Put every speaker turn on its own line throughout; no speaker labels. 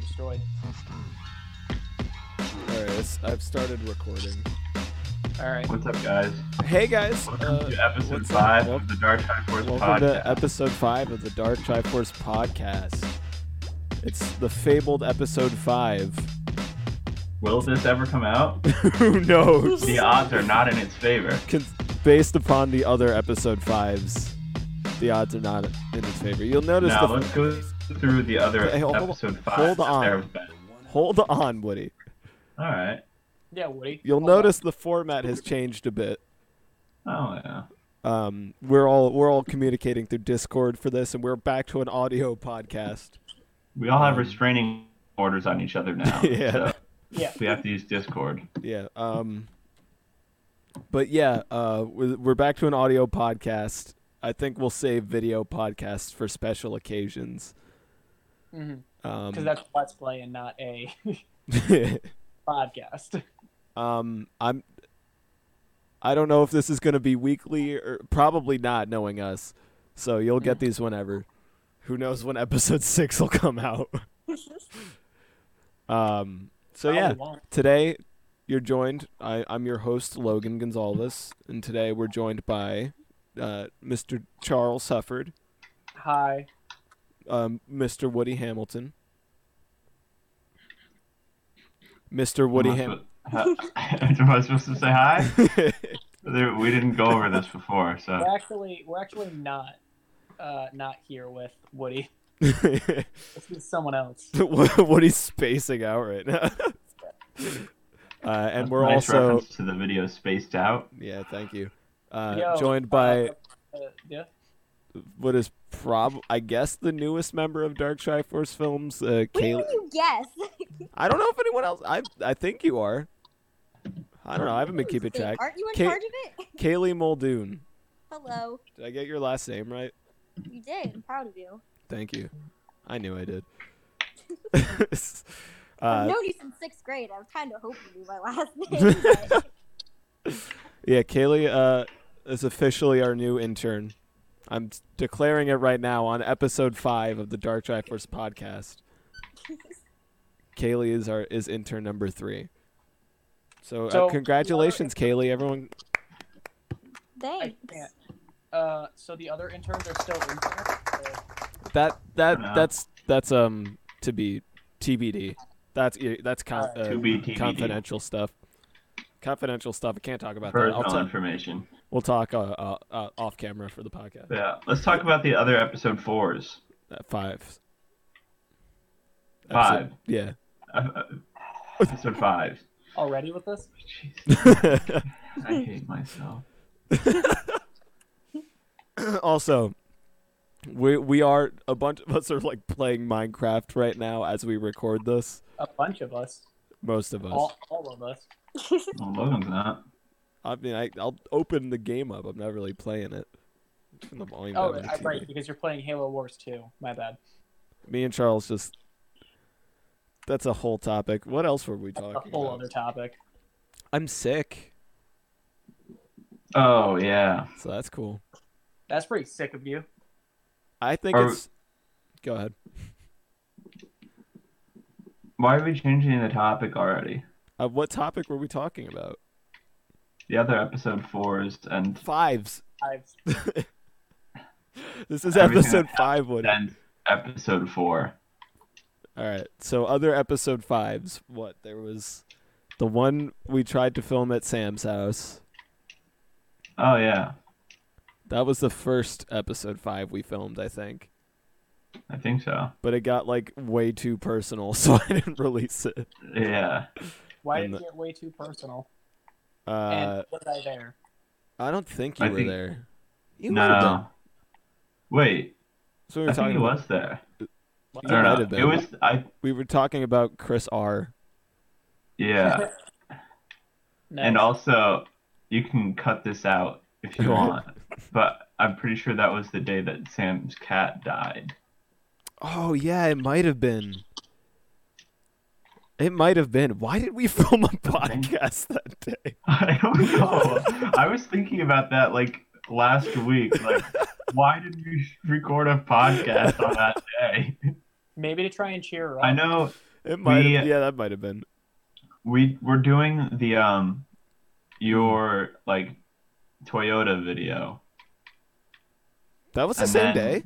destroyed.
All right, it's- I've started recording.
All right.
What's up, guys?
Hey guys,
Welcome
uh,
to episode
what's
five
up? Wel-
of the Dark Time Force
welcome to
podcast.
episode five of the Dark Triforce podcast. It's the fabled episode five.
Will this ever come out?
Who knows?
The odds are not in its favor.
Con- based upon the other episode fives, the odds are not in its favor. You'll notice
Now
the
let's go through the other
Hey, hold-
episode five.
hold
that
on.
there have been.
hold on, Woody.
All right.
Yeah, Woody.
You'll
hold on.
notice the format has changed a bit.
Oh yeah.
Um, we're all we're all communicating through Discord for this, and we're back to an audio podcast.
We all have restraining orders on each other now.
Yeah.
so
Yeah.
we have to use Discord.
Yeah. Um. But yeah, uh, we're, we're back to an audio podcast. I think we'll save video podcasts for special occasions.
Because
Um,
that's let's play and not a podcast.
um, I'm. I don't know if this is going to be weekly or probably not, knowing us. So you'll get these whenever. Who knows when episode six will come out? um. So
Probably
yeah.
won't.
Today, you're joined. I, I'm your host, Logan Gonzalez, and today we're joined by uh, Mr. Charles Sufford,
Hi.
um, Mr. Woody Hamilton, Mr. Woody
Am I
Ham.
supposed- Am I supposed to say hi? There- we didn't go over this before,
Uh.
so
We're actually we're actually not uh, not here with Woody. It's with someone else.
Woody's spacing out right now. uh, and
That's
we're
a nice
also
reference to the video spaced out.
yeah, thank you. Uh,
Yo,
joined by
Uh, yeah.
what is prob I guess the newest member of Dark Triforce Films, uh,
Where
Kaylee.
would you guess?
I don't know if anyone else. I I think you are. I don't know. I haven't been keeping track.
Aren't you in
Kate-
charge of it?
Kaylee Muldoon.
Hello.
Did I get your last name right?
You did. I'm proud of you.
Thank you. I knew I did.
I've
uh,
known you since sixth grade. I was kind of hoping you knew my last name. but-
yeah, Kaylee uh, is officially our new intern. I'm declaring it right now on episode five of the Dark Triforce podcast. Kaylee is our is intern number three. So,
So-
uh, congratulations, Kaylee! Everyone,
I
Thanks.
can't. Uh, so the other interns are still in uh, there. so-
that that
Yeah.
that's that's um to be TBD. That's i- that's con-
Alright.
uh,
To be TBD.
confidential stuff. Confidential stuff. I can't talk about that.
Personal
I'll ta-
information.
we'll talk uh, uh, uh, off camera for the podcast.
Yeah. Let's talk about the other episode fours.
Uh, five.
Five.
Episode- yeah.
Uh, episode five.
Already with this?
Jeez, I hate myself.
also, we we are a bunch of us are like playing Minecraft right now as we record this.
A bunch of us.
Most of us.
All, all of us.
Well, Logan's not.
I mean, I, I'll open the game up. I'm not really playing it. Turn the volume
Oh,
down on the
right,
TV.
right, because you're playing Halo Wars 2. My bad.
Me and Charles just. That's a whole topic. What else were we
A
talking
whole
about?
other topic.
I'm sick,
Oh yeah.
so that's cool.
That's pretty sick of you.
I think
Are-
it's. Go ahead.
Why are we changing the topic already?
Uh, what topic were we talking about?
The other episode fours and
Fives.
I've
This is
Everything
episode
that
five. Woody.
and episode four.
All right. So other episode fives. What there was, the one we tried to film at Sam's house.
Oh yeah.
That was the first episode five we filmed, I think.
I think so.
But it got like way too personal, so I didn't release it.
Yeah.
Why
And
did it get way too personal?
Uh,
and was I there?
I don't think you
I
were
think-
there. You might have been.
No. Wait.
So we
I
were
think
talking
he
about,
was there. I
You
don't
might
know.
have been.
It was I
we were talking about Chris R.
yeah.
No.
and also you can cut this out if you want. but I'm pretty sure that was the day that Sam's cat died.
Oh yeah, it might have been. It might have been. Why did we film a podcast that day?
I don't know. I was thinking about that like last week. Like, why did we record a podcast on that day?
Maybe to try and cheer her up.
I know
It might
We-
have, yeah, that might have been.
We we're doing the um your like Toyota video.
That was the
and
same
then-
day.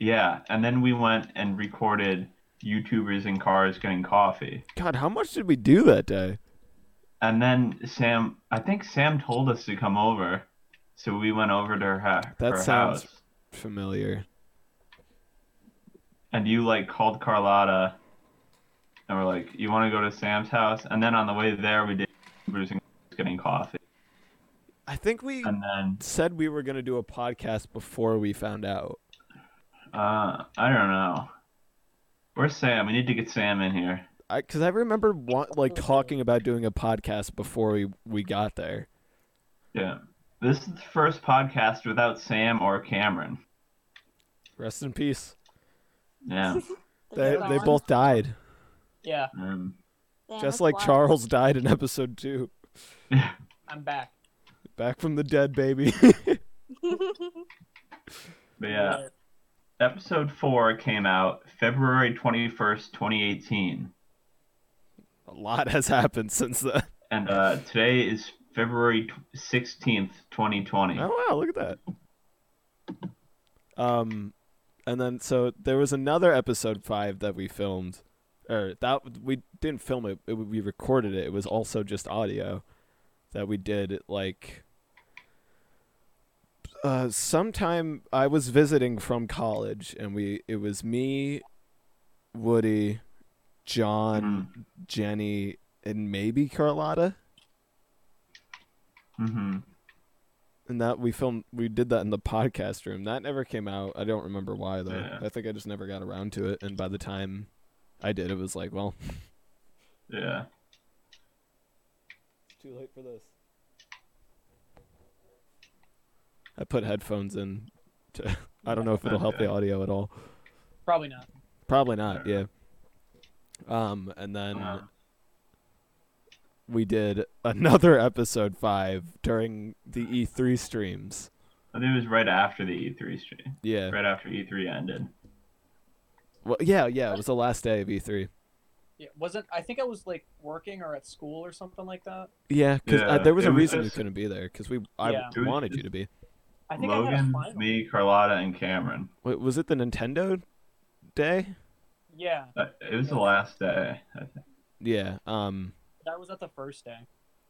Yeah, and then we went and recorded YouTubers in cars getting coffee.
God, how much did we do that day?
And then Sam, I think Sam told us to come over, so we went over to her, ha-
That
her
sounds-
house.
Familiar.
And you like called Carlotta, and we're like, "You want to go to Sam's house?" And then on the way there, we did YouTubers in cars getting coffee.
I think we
And then
said we were gonna do a podcast before we found out.
uh, I don't know. Where's Sam? We need to get Sam in here.
I because I remember want, like talking about doing a podcast before we we got there.
Yeah, this is the first podcast without Sam or Cameron.
Rest in peace.
Yeah.
They
Damn,
they
that's
both died.
Yeah,
Um,
wild.
Just like Charles died in episode two.
I'm back.
Back from the dead, baby.
but yeah. Episode 4 came out February 21st, 2018.
a lot has happened since then.
And uh, today is February tw- 16th, 2020.
Oh wow, look at that. Um, and then so there was another episode five that we filmed, or that we didn't film it. it we recorded it. It was also just audio that we did like. Uh, sometime I was visiting from college, and we it was me, Woody, John, Jenny, and maybe Carlotta,
Mm-hmm.
and that we filmed we did that in the podcast room that never came out i don't remember why though
Yeah.
i think i just never got around to it and by the time i did it was like well
Yeah.
it's too late for this i put headphones in to, i don't know if it'll help the audio at all
Probably not.
probably not yeah um and then
Um,
we did another episode 5 during the e3 streams
I think it was right after the E3 stream.
yeah
Right after E3 ended.
well, yeah yeah it was the last day of E e3
Yeah, wasn't I think I was like working or at school or something like that.
Yeah, because
Yeah,
there was
it
a
was
reason
just-
you couldn't be there because we I
Yeah.
It was
wanted you
just-
to be.
I think I had a
Logan,
final.
me, Carlotta, and Cameron.
Wait, was it the Nintendo day?
Yeah,
Uh, It was the last day. I think.
Yeah. Um,
that was at the first day.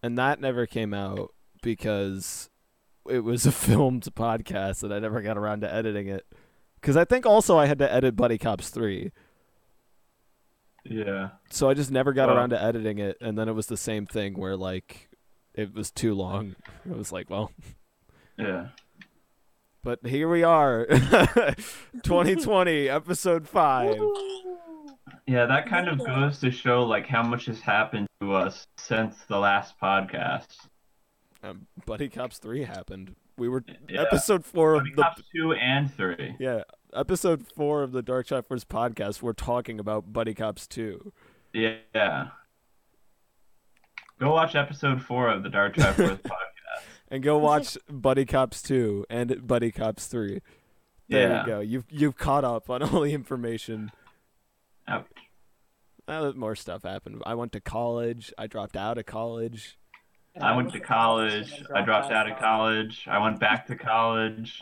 and that never came out because it was a filmed podcast and I never got around to editing it. Because I think also I had to edit Buddy Cops three,
Yeah.
so I just never got
Oh.
around to editing it. And then it was the same thing where like it was too long. It was like, well,
Yeah.
but here we are, 2020 episode five.
Yeah, that kind of goes to show like how much has happened to us since the last podcast.
um, Buddy Cops three happened. We were
Yeah.
episode four of
Buddy
the
Cops 2 and 3.
yeah episode four of the Dark Shot Force podcast. We're talking about Buddy Cops two.
Yeah. Go watch episode four of the Dark Tribe Force podcast.
And go watch Buddy Cops two and Buddy Cops three. There
Yeah.
you go. You've you've caught up on all the information.
Ouch.
Uh, more stuff happened. I went to college. I dropped out of college.
And
I went
was
to
at
college.
and then
I dropped out of
out.
college. I went back to college.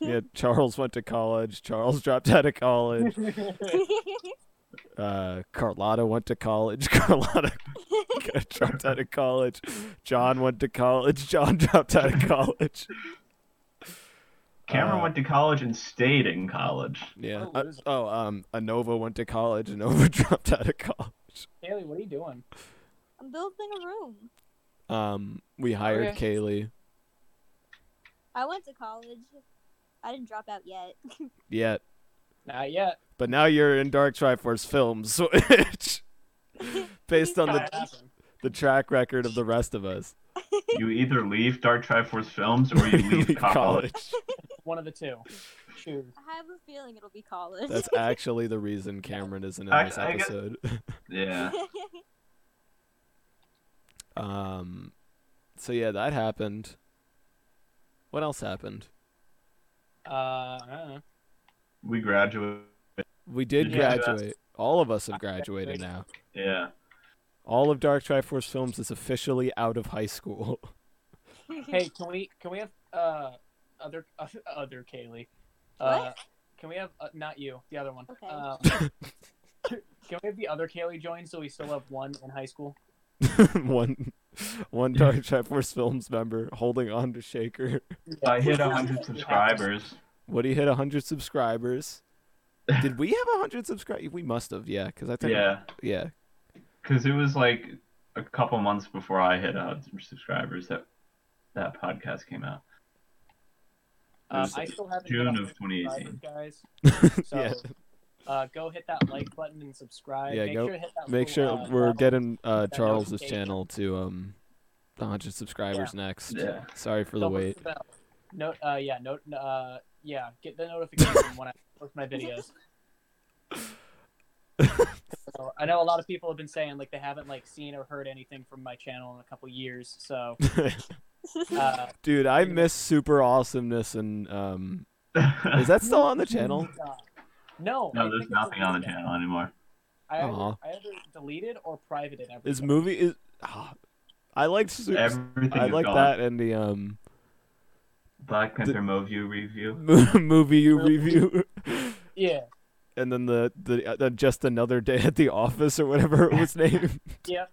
Yeah, Charles went to college. Charles dropped out of college. Uh, Carlotta went to college. Carlotta dropped out of college. John went to college. John dropped out of college.
Cameron
Uh,
went to college and stayed in college.
Yeah.
Oh,
Uh,
loser.
oh, um, Anova went to college. Anova dropped out of college.
Haley, what are you doing?
I'm building a room.
Um, we hired
Okay.
Kaylee.
I went to college. I didn't drop out yet.
Yet,
Not yet.
but now you're in Dark Triforce films, which, based on
Not
the
happened.
the track record of the rest of us,
You either leave Dark Triforce Films or you leave,
leave
college.
One of the two. Choose.
I have a feeling it'll be college.
That's actually the reason Cameron isn't in
I-
this
I guess-
episode.
Yeah.
Um, so yeah, that happened. What else happened?
Uh, I don't know.
We graduated.
We did
Yeah.
graduate. All of us have graduated now.
Yeah.
All of Dark Triforce Films is officially out of high school.
Hey, can we can we have uh other uh, other Kaylee? Uh, Can we have uh, not you, the other one?
Okay.
Um, can we have the other Kaylee join so we still have one in high school?
one one Dark Triforce Films member holding on to Shaker.
If I hit 100 subscribers.
Woody hit 100 subscribers. Did we have 100 subscribers? We must have, yeah, because I think.
Yeah.
yeah.
Because it was like a couple months before I hit 100 subscribers that that podcast came out.
Um, I still haven't hit
June of
100 subscribers,
2018.
guys. So
Yeah.
uh, go hit that like button and subscribe.
Yeah,
make
go-
sure to hit that
Make
little,
sure
uh,
we're
bell.
getting uh,
that
Charles's
notification.
channel to um 100 subscribers next.
Yeah.
Sorry for the
Don't miss
wait.
bell. No, uh, yeah, no, uh, yeah, get the notification when I post my videos. so, I know a lot of people have been saying like they haven't like seen or heard anything from my channel in a couple years, so uh,
Dude, I miss super awesomeness and um is
no,
that still on the channel?
uh, no, I
there's
think it's
nothing on the
deleted.
channel anymore.
I
Aw.
either, I either deleted or privated everything.
Is movie is ah, I liked su-
Everything
I
is
like
gone.
that and the um
Black Panther Movie review.
movie you review
yeah,
and then the the uh, just another day at the office or whatever it was named.
yeah.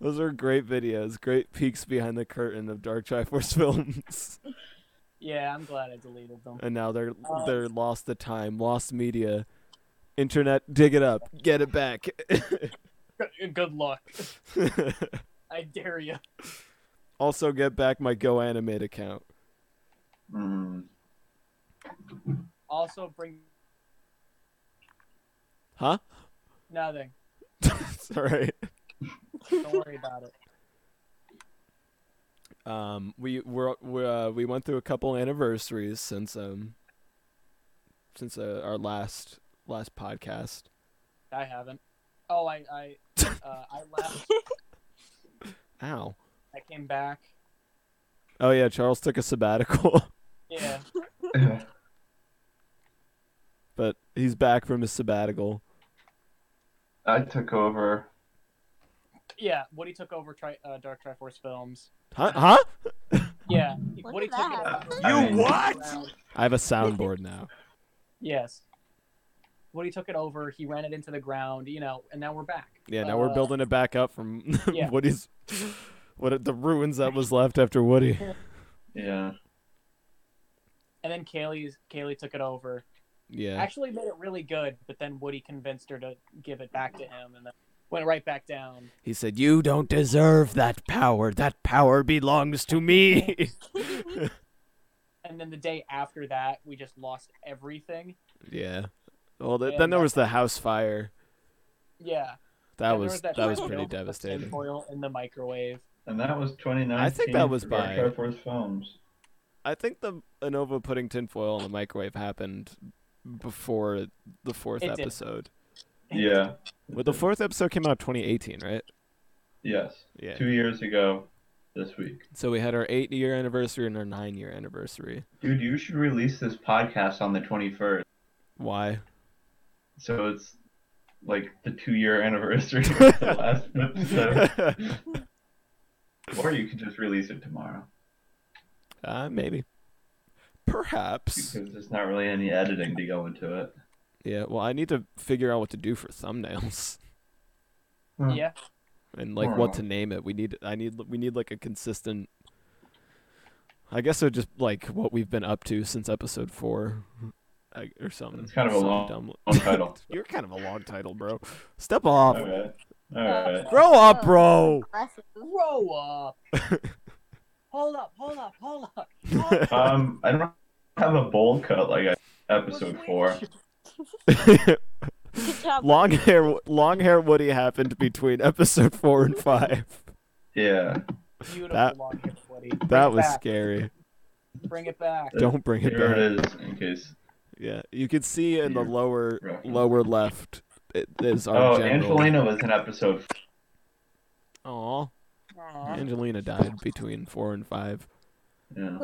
Those are great videos, great peeks behind the curtain of Dark Triforce films.
Yeah, I'm glad I deleted them.
and now they're
Uh,
they're lost to time, lost media, internet. Dig it up, get it back.
Good- Good luck. I dare you.
also, get back my Go Animate account.
Mm.
Also, bring
Huh?
nothing.
All right.
Don't worry about it.
Um, we were we uh, we went through a couple anniversaries since um since uh, our last last podcast.
I haven't. Oh, I I uh, I left.
Ow.
I came back.
Oh yeah, Charles took a sabbatical,
Yeah,
but he's back from his sabbatical.
I took over.
yeah. Woody took over tri- uh, Dark Triforce Films.
Huh? Huh?
Yeah,
Look
Woody
at
took
that.
it over.
You
And-
what? I have a soundboard now.
Yes. Woody took it over. He ran it into the ground. You know, and now we're back.
Yeah, now we're
Uh,
building it back up from
yeah.
Woody's what the ruins that was left after Woody.
Yeah.
And then Kaylee's Kaylee took it over.
Yeah.
Actually, made it really good. But then Woody convinced her to give it back to him, and then went right back down.
He said, "You don't deserve that power. That power belongs to me."
And then the day after that, we just lost everything.
yeah. Well, th-
Yeah,
then there
that-
was the house fire.
Yeah.
That
And there
was that, was
video
pretty
of the
devastating.
tinfoil in the microwave.
And that was 2019.
I think that was
for
by-
Dark Force Films.
I think the Anova putting tinfoil in the microwave happened before the fourth
It did.
episode.
Yeah.
Well, the fourth episode came out 2018, right?
Yes.
Yeah.
Two years ago this week.
So we had our eight year anniversary and our nine year anniversary.
Dude, you should release this podcast on the 21st.
Why?
So it's like the two year anniversary of the last episode. Or you could just release it tomorrow
Uh, maybe. Perhaps.
because there's not really any editing to go into it.
Yeah, well, I need to figure out what to do for thumbnails
Yeah.
and like what to name it. We need I need we need like a consistent I guess so just like what we've been up to since episode 4 I, or something.
It's kind of a
Some
long-
dumb-
long title. Oh,
You're kind of a long title, bro. Step off.
Okay. All right.
Grow up, bro.
Aggressive.
Grow up. hold up, hold up, hold up. Hold up.
Um, I don't have a bowl cut like I- episode four.
Good job.
long hair long hair Woody happened between episode 4 and 5.
Yeah.
Beautiful
That-
long hair, Woody. Bring
That
it
was
back.
scary.
Bring it back.
Don't bring it
Here
back.
it is in case.
Yeah, you can see in the
Yeah.
lower
Right.
lower left it is our
Oh,
general.
Angelina was in episode.
Aw,
Aw.
Angelina died between four and five.
Yeah.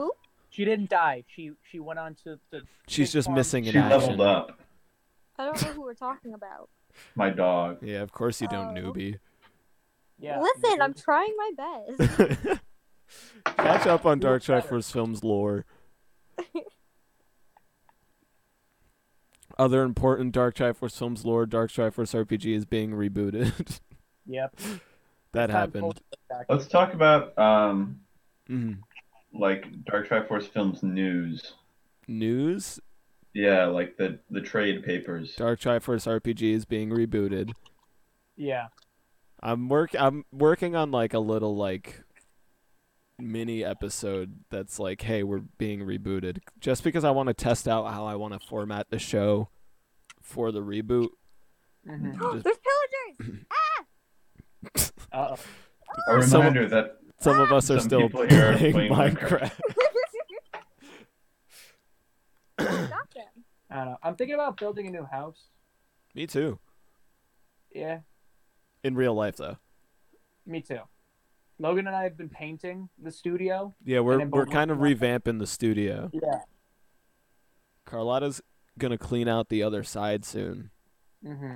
She didn't die. She she went on to the.
She's
Big
just
farm.
missing in
She
action.
leveled up.
I don't know who we're talking about.
My dog.
Yeah, of course you don't,
Oh.
newbie.
Yeah.
Listen, I'm
dude.
trying my best.
Catch up on
You
Dark
look
Side
better.
Force Films lore. Other important Dark Side Force Films lore, Dark Side Force RPG is being rebooted.
Yep.
that
Time
happened.
pulled it back.
Let's talk about um
Mhm.
like Dark Triforce Films news.
News
Yeah, like the the trade papers.
Dark Side Force RPG is being rebooted.
Yeah.
I'm work I'm working on like a little like mini episode that's like, hey, we're being rebooted. Just because I want to test out how I want to format the show for the reboot.
Mm-hmm.
There's pillagers.
Uh oh.
A
Some-
reminder that
Some of us are
Some
still
people
playing
here are playing
Minecraft.
Stop them.
I don't know. I'm thinking about building a new house.
Me too.
Yeah.
In real life though.
Me too. Logan and I have been painting the studio.
Yeah, we're
then
we're
Minecraft.
kind of revamping the studio.
Yeah.
Carlotta's gonna clean out the other side soon.
Mm-hmm.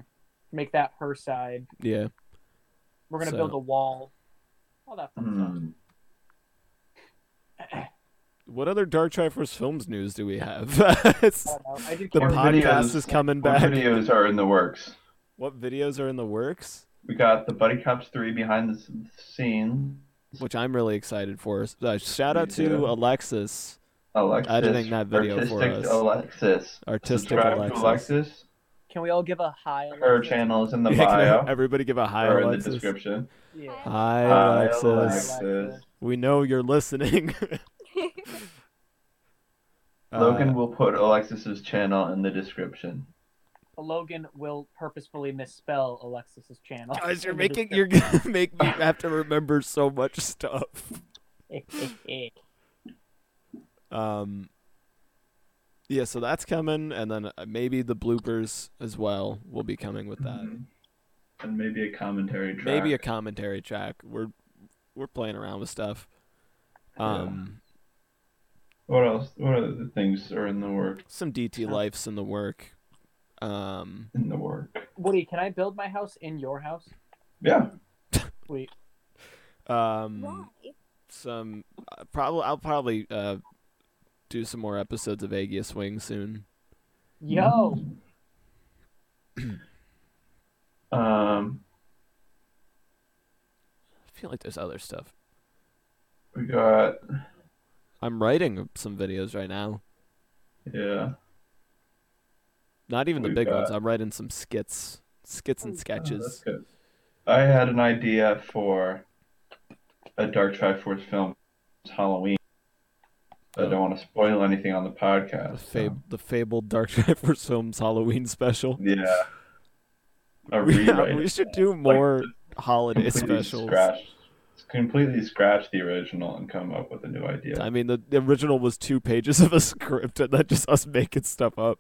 Make that her side.
Yeah.
We're gonna
So-
build a wall. All that fun stuff.
hmm,
What other Dark Triforce films news do we have? It's-
I don't know. I do
the
care.
More
podcast
videos.
is coming
what
back.
videos are in the works.
What videos are in the works?
We got the Buddy Cops three behind the s- scene.
Which I'm really excited for. Uh, shout out to
Yeah.
Alexis,
Alexis,
Editing that video for
artistic
us.
Alexis.
artistic
Subscribe
Alexis.
to Alexis.
Can we all give a high?
Her
Alexis?
channel is in the
Yeah, can
bio
everybody give a hi,
or in the
Alexis.
description.
Yeah.
Hi,
Hi,
Alexis.
Alexis.
We know you're listening. Uh,
Logan will put Alexis's channel in the description.
Logan will purposefully misspell Alexis's channel.
guys, you're making you're gonna make me have to remember so much stuff. Um, yeah, so that's coming, and then uh, maybe the bloopers as well will be coming with that.
Mhm. And maybe a commentary track.
maybe a commentary track. We're we're playing around with stuff. Um,
What else? What other things are in the work?
some DT lifes in the work. Um,
In the work?
Woody, can I build my house in your house?
Yeah.
Wait.
Why?
um,
Mm.
some uh, probably I'll probably uh do some more episodes of Aegis Swing soon.
Yo.
Um,
I feel like there's other stuff.
we got
I'm writing some videos right now.
yeah.
Not even the
We've
big
got-
ones. I'm writing some skits, skits and
Oh, that's
sketches.
good. I had an idea for a Dark Triforce film It's Halloween. I don't want to spoil anything on the
The,
podcast. so-
fab- the fabled Dark Triforce Films Halloween special.
Yeah. A
We,
rewrite.
we
It's
should do more holiday
completely
specials.
Scratch, completely scratch the original and come up with a new idea.
I mean, the, the original was two pages of a script, and then just us making stuff up,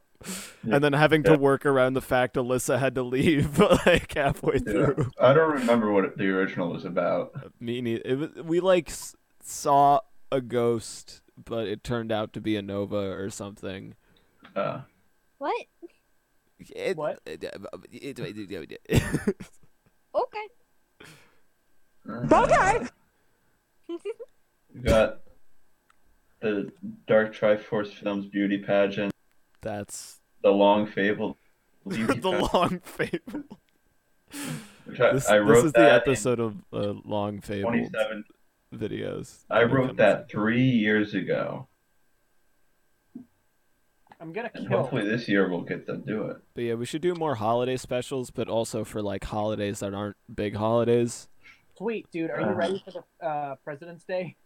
Yeah.
and then having to
Yeah.
work around the fact Alyssa had to leave like halfway
Yeah.
through.
I don't remember what the original was about.
Me nei- it was, we like s- saw a ghost, but it turned out to be a nova or something.
Uh,
What?
It-
What?
it- it- it- it-
Okay.
We uh, got the Dark Triforce Films beauty pageant,
That's
the long fable. Beauty
the
pageant,
long fable.
which I,
This,
I
this
wrote
is the
that in
episode of uh, long fable
27.
videos.
I
when it
wrote
comes
that three years ago,
I'm gonna
and
kill.
hopefully this year we'll get to do it.
But yeah, we should do more holiday specials, but also for like holidays that aren't big holidays.
Sweet, dude. Are you
Uh-huh.
ready for the uh, President's Day?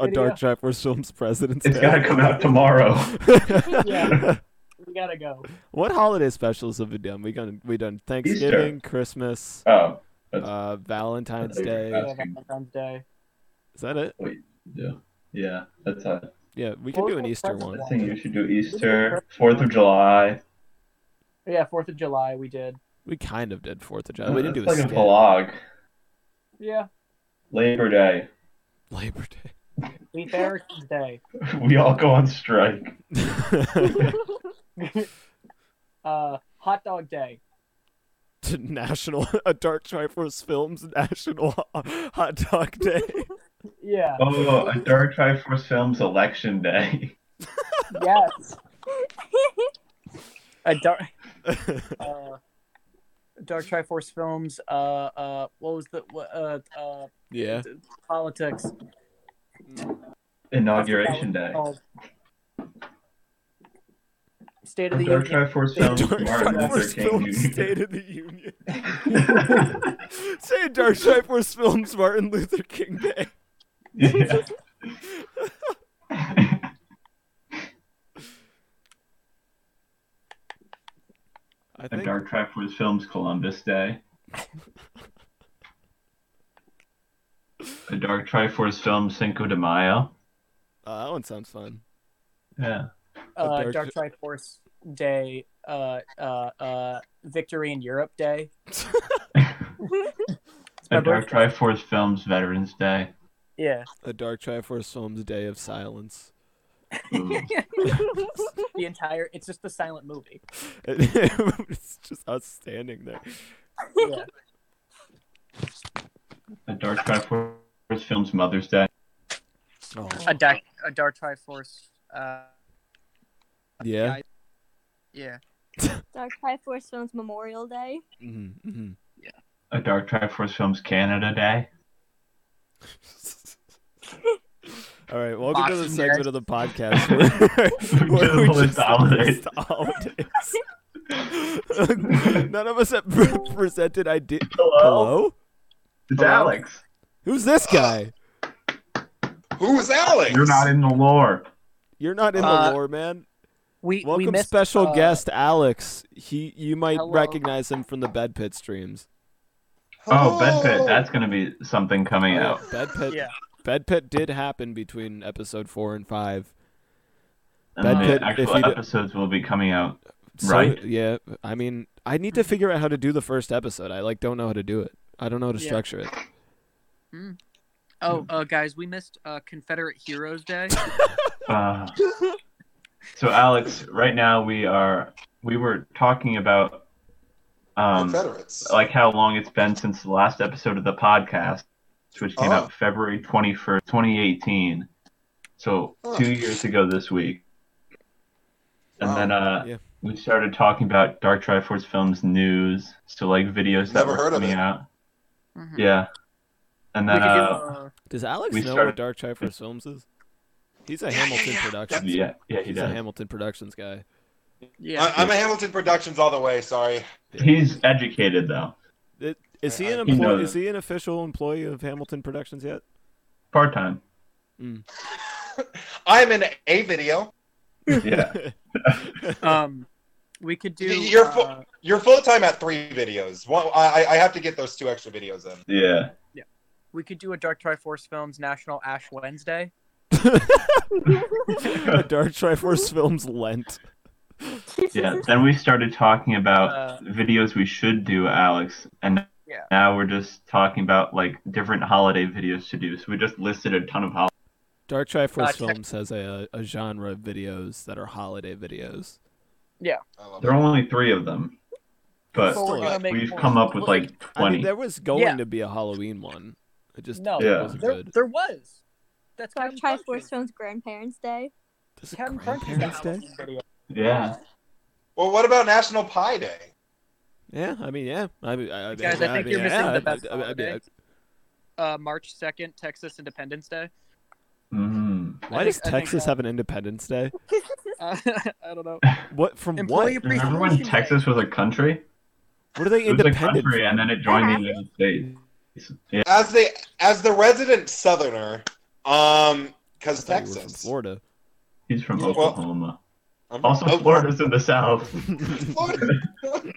A Dark Triforce Films President's
It's got
Day.
to come out tomorrow.
Yeah. We gotta go.
what holiday specials have we done? We done we done Thanksgiving, Christmas,
Oh,
uh, Valentine's
That's-
Day.
that's-
Yeah, Valentine's Day.
Is that it?
yeah, yeah. That's uh,
Yeah, we can do an Easter one.
I think you should do Easter, Fourth of July.
Yeah, Fourth of July we did.
We kind of did Fourth of July. We didn't do
That's
a
like
skit.
a vlog.
Yeah.
Labor Day.
Labor Day.
Meet Eric's Day.
We all go on strike.
Uh, Hot Dog Day.
to National a Dark Triforce Films National Hot Dog Day.
Yeah.
Oh, a Dark Triforce Films election day.
Yes. A dark. Uh, Dark Triforce Films. Uh, uh, what was the what, uh, uh,
yeah.
politics?
Inauguration day.
Oh. State
A
of the
Dark
Union.
Triforce
Dark
Films Martin
Triforce
Luther
Films
King Jr.
State of the Union. Say Dark Triforce Films Martin Luther King Day.
Yeah.
I
a
think
Dark Triforce Films Columbus Day. A Dark Triforce Films Cinco de Mayo.
uh, that one sounds fun.
Yeah.
Uh,
A Dark-
Dark Triforce Day. Uh, uh, uh, Victory in Europe Day. It's my
A Dark
birthday.
Triforce Films Veterans Day.
Yeah.
A Dark Triforce Films Day of Silence.
Ooh.
The entire. It's just the silent movie.
it's just us standing there.
Yeah.
A Dark Triforce Films Mother's Day.
Oh,
a dark. A Dark Triforce. Uh,
yeah.
yeah.
Dark Triforce Films Memorial Day.
Mhm, mhm.
A Dark Triforce Films Canada Day.
All right, welcome to the
Boxing Day.
segment of the podcast where, where
Just
we
list
just
holidays.
list the holidays. None of us have pre- presented idea. Hello?
It's
Hello?
Alex.
Who's this guy?
Who is Alex?
You're not in the lore.
You're not in
Uh,
the lore, man.
We
Welcome,
we missed,
special
uh,
guest Alex. He, you might
Hello.
recognize him from the Bed Pit streams.
Oh,
Hello.
Bed Pit. That's going to be something coming out.
Bed Pit.
Yeah.
Bed Pit did happen between episode four and five.
And
Bed
the
Pit, if
actual
you do-
episodes will be coming out.
So,
Right.
Yeah. I mean, I need to figure out how to do the first episode. I like don't know how to do it. I don't know how to
Yeah.
structure it. Mm.
Oh, uh, guys, we missed uh, Confederate Heroes Day.
Uh, so, Alex, right now we are we were talking about um,
Confederates.
like how long it's been since the last episode of the podcast, which came
Oh.
out February twenty first, twenty eighteen. So
Huh.
two years ago this week, and
Wow.
then uh,
Yeah.
we started talking about Dark Triforce Films news, so like videos that
Never
were
heard of
coming
it.
out.
Mhm.
Yeah, and then uh,
Does Alex
We
know
started-
what Dark Triforce Films is? He's a
Yeah, yeah,
Hamilton
yeah.
Productions.
yeah, yeah, he
He's a
does.
Hamilton Productions guy.
uh,
uh, yeah.
I, I'm a Hamilton Productions all the way. Sorry.
He's educated though,
It- Is he an
I- I-
He
employee?
knows
Is he an official employee of Hamilton Productions yet?
part time.
I'm in a video.
Yeah,
um, we could do.
Y- you're fu-
uh,
You're full time at three videos. One, I, I I have to get those two extra videos in.
yeah.
we could do a Dark Triforce Films National Ash Wednesday.
A Dark Triforce Films Lent.
Yeah, then we started talking about
Uh,
videos we should do, Alex, and
Yeah.
now we're just talking about like different holiday videos to do. So we just listed a ton of holidays.
Dark Triforce
Uh, check-
Films has a, a genre of videos that are holiday videos.
I love
There are only three of them, but
so we're gonna make
we've
more.
come up with
Look,
like
I
twenty.
mean, there was going
Yeah.
to be a Halloween one. It just
No,
Yeah.
wasn't
there,
good.
there was. That's
Dark
Captain
Triforce
Crunch's-
Films Grandparents Day.
Does it
Captain Crunch's
Grandparents Day?
Halloween video.
Yeah,
Well, what about National Pie Day?
Yeah, I mean, yeah. I mean, I, I mean,
Guys, I
yeah,
think
mean,
you're missing
yeah,
the
I-
best
I, I, I, mean,
holiday. Uh, March second, Texas Independence Day.
mm.
why
I
does
think- I think
Texas
that-
have an Independence Day?
Uh, I don't know.
What from
Employee
what?
appreciation
remember when
day.
Texas was a country?
What are they
It was a
independent?
country, and then it joined the United States. Yeah,
As the as the resident Southerner, um, cause
from? I thought you were from
Texas.
Florida.
he's from
Well- oh,
Oklahoma.
I'm from
Also,
Oakland.
Florida's in the south.
Florida.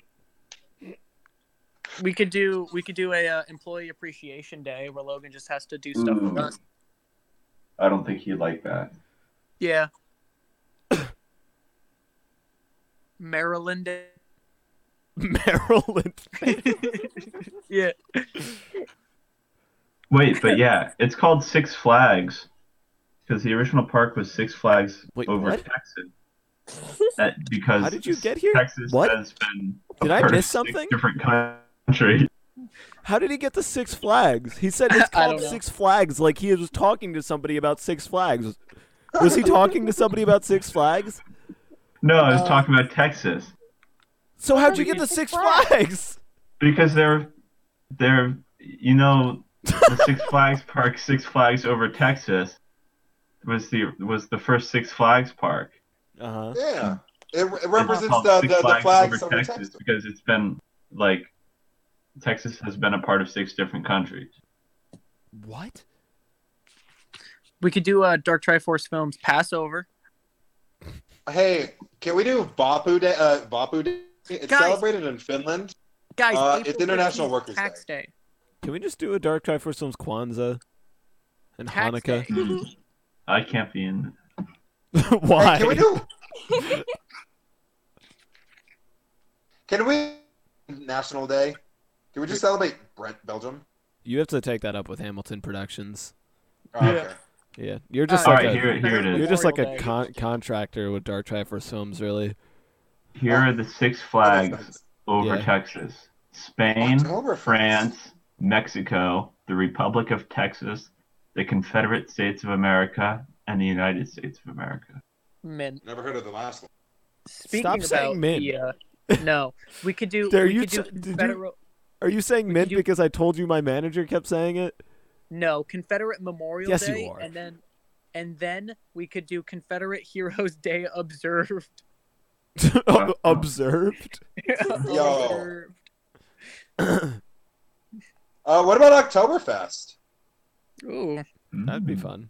We could do we could do a uh, Employee Appreciation Day where Logan just has to do stuff
Ooh.
with us.
I don't think he'd like that.
Yeah. Maryland Day.
Maryland.
yeah.
Wait, but yeah, it's called Six Flags because the original park was Six Flags
Wait,
over
what?
Texas. That- because
How did you get here?
Texas
What?
has been a
Did I
part of
miss
six
something?
Different country.
How did he get the Six Flags? He said it's
I
called
don't know.
Six Flags, like he was talking to somebody about Six Flags. Was he talking to somebody about Six Flags?
No, I was
Oh.
Uh,
talking about Texas
So how'd
How
you
did
get
he
the
get
Six
Six Flags?
Flags?
because they're they're you know the Six Flags Park, Six Flags over Texas was the was the first Six Flags Park.
Uh huh.
Yeah. It, it
It's
represents
called
the,
Six
the, the flags
over
of Texas.
Texas, because it's been like Texas has been a part of six different countries.
What?
We could do uh, Dark Triforce films Passover.
Hey, can we do Bapu Day? Uh, Bapu Day? It's
Guys.
celebrated in Finland.
Guys,
Uh,
April
it's International
15th,
Workers'
Tax Day.
Can we just do a Dark Try for Films Kwanzaa and
Tax
Hanukkah?
Day.
Hmm. I can't be in.
Hey,
Why?
can we do? can we National Day? Can we just celebrate Brent Belgium?
you have to take that up with Hamilton Productions.
Oh,
Yeah.
okay.
Yeah, you're just
Uh,
like
All right,
a,
here, here it
you're
is.
just like a
Memorial Day.
con- contractor with Dark Try for Films, really.
Here are the Six Flags over
Yeah.
Texas: Spain,
Oktoberfest.
France, Mexico, the Republic of Texas, the Confederate States of America, and the United States of America.
Mint.
Never heard of the last one.
Speaking
Stop
about
saying mint.
The, uh, no, we could do.
There,
we
you
could do
t- did you-
Confederate.
Are you saying mint
do-
because I told you my manager kept saying it?
No, Confederate Memorial
Yes, you
Day,
are.
and then and then we could do Confederate Heroes Day observed.
Uh,
Ob- Observed.
Yo.
Observed.
That'd
Uh, what about Oktoberfest?
Ooh.
be
Hmm.
Mm.
fun.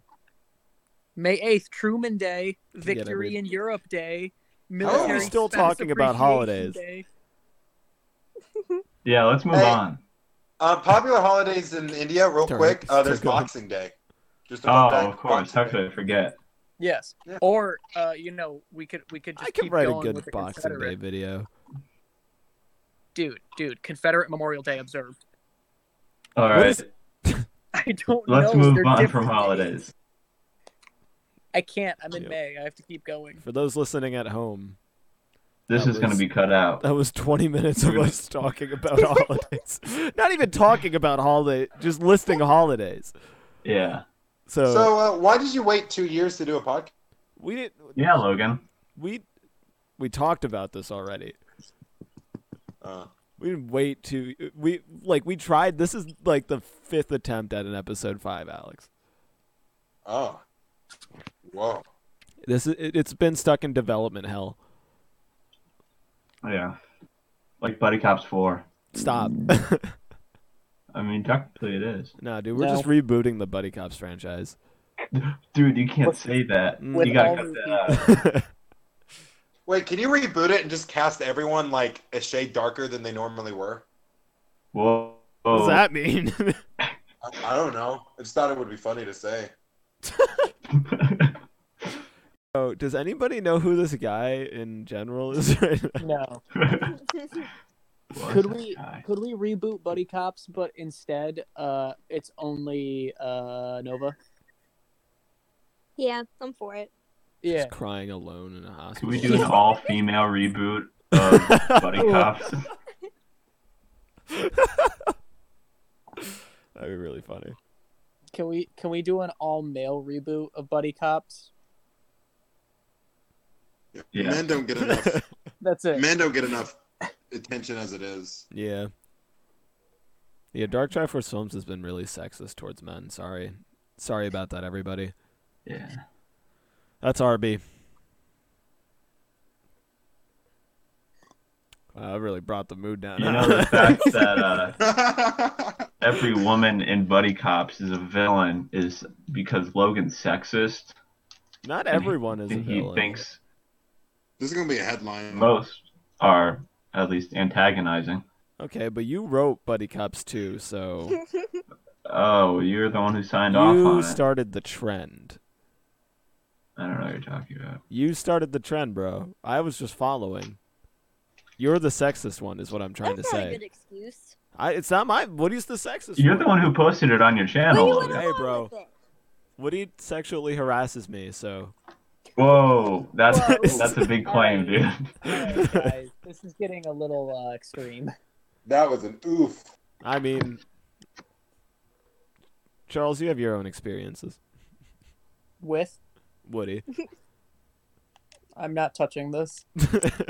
May eighth, Truman Day,
get
Victory
every-
in Europe Day.
are we
Military
still
Spouse
talking about
Appreciation
holidays?
Day.
Yeah, let's move
Hey.
on.
Um, popular holidays in India, real
Darn.
quick. Uh, there's
Go ahead.
Boxing Day. Just a
Oh,
fun fact,
of course.
Boxing
How could I forget?
Yes.
Yeah.
Or uh, you know, we could we could just
I could
keep
write a
going
good
with the
Boxing Day
Confederate.
video.
Dude, dude, Confederate Memorial Day observed.
All
What
right,
is-
I don't
let's
know.
move
They're
on from
different days.
holidays.
I can't. I'm in
Yeah.
May. I have to keep going.
For those listening at home,
This
That
is going to
was-
be cut out.
that was 20 minutes of
Really?
us talking about holidays. Not even talking about holiday, just listing holidays.
Yeah.
So,
Day. So, uh, why did you wait two years to do a podcast?
we did
Yeah, Logan.
we we talked about this already.
Uh,
We didn't wait to we like we tried. This is like the fifth attempt at an episode five, Alex.
oh, whoa.
This is it, it's been stuck in development hell.
Oh, Yeah. Like Buddy Cops 4.
Stop.
I mean, technically it is.
no, dude, we're
No.
just rebooting the Buddy Cops franchise. Mm.
Dude, you can't say that.
With
You gotta
all
cut
the-
that out.
Wait, can you reboot it and just cast everyone like a shade darker than they normally were?
Whoa.
What does that mean?
I, I don't know. I just thought it would be funny to say.
oh, does anybody know who this guy in general is right now?
No. Could we- Could we reboot Buddy Cops, but instead, uh, it's only uh Nova?
Yeah, I'm for it.
Yeah.
Just crying alone in a
Could
hospital.
we do an all female reboot of Buddy Cops?
That'd be really funny.
Can we can we do an all male reboot of Buddy Cops?
Yeah.
Men don't get enough.
That's it.
men don't get enough attention as it is.
Yeah. Yeah, Dark Triforce Films has been really sexist towards men. Sorry. Sorry about that, everybody.
Yeah.
That's RB. Wow, I really brought the mood down.
You
huh?
know the fact that uh,
That's
every woman in Buddy Cops is a villain is because Logan's sexist.
Not everyone is a
and he
villain.
thinks
This is gonna be a headline.
most are at least antagonizing.
Okay, but you wrote Buddy Cops too, so
Oh, you're the one who signed off on
you
it.
started the trend.
I don't know what you're talking about.
You started the trend, bro. I was just following. You're the sexist one, is what I'm trying
That's
to
not
say.
a good excuse.
I, it's not my. What is the sexist?
You're
one?
the one who posted it on your
Why
channel.
you
Logan.
let him
Hey,
on
bro.
with it?
Woody sexually harasses me, so
Whoa, that's
Whoa.
that's a big claim, dude.
Alright, guys, this is getting a little uh, extreme.
That was an oof.
I mean, Charles, you have your own experiences.
With
Woody.
I'm not touching this.
That's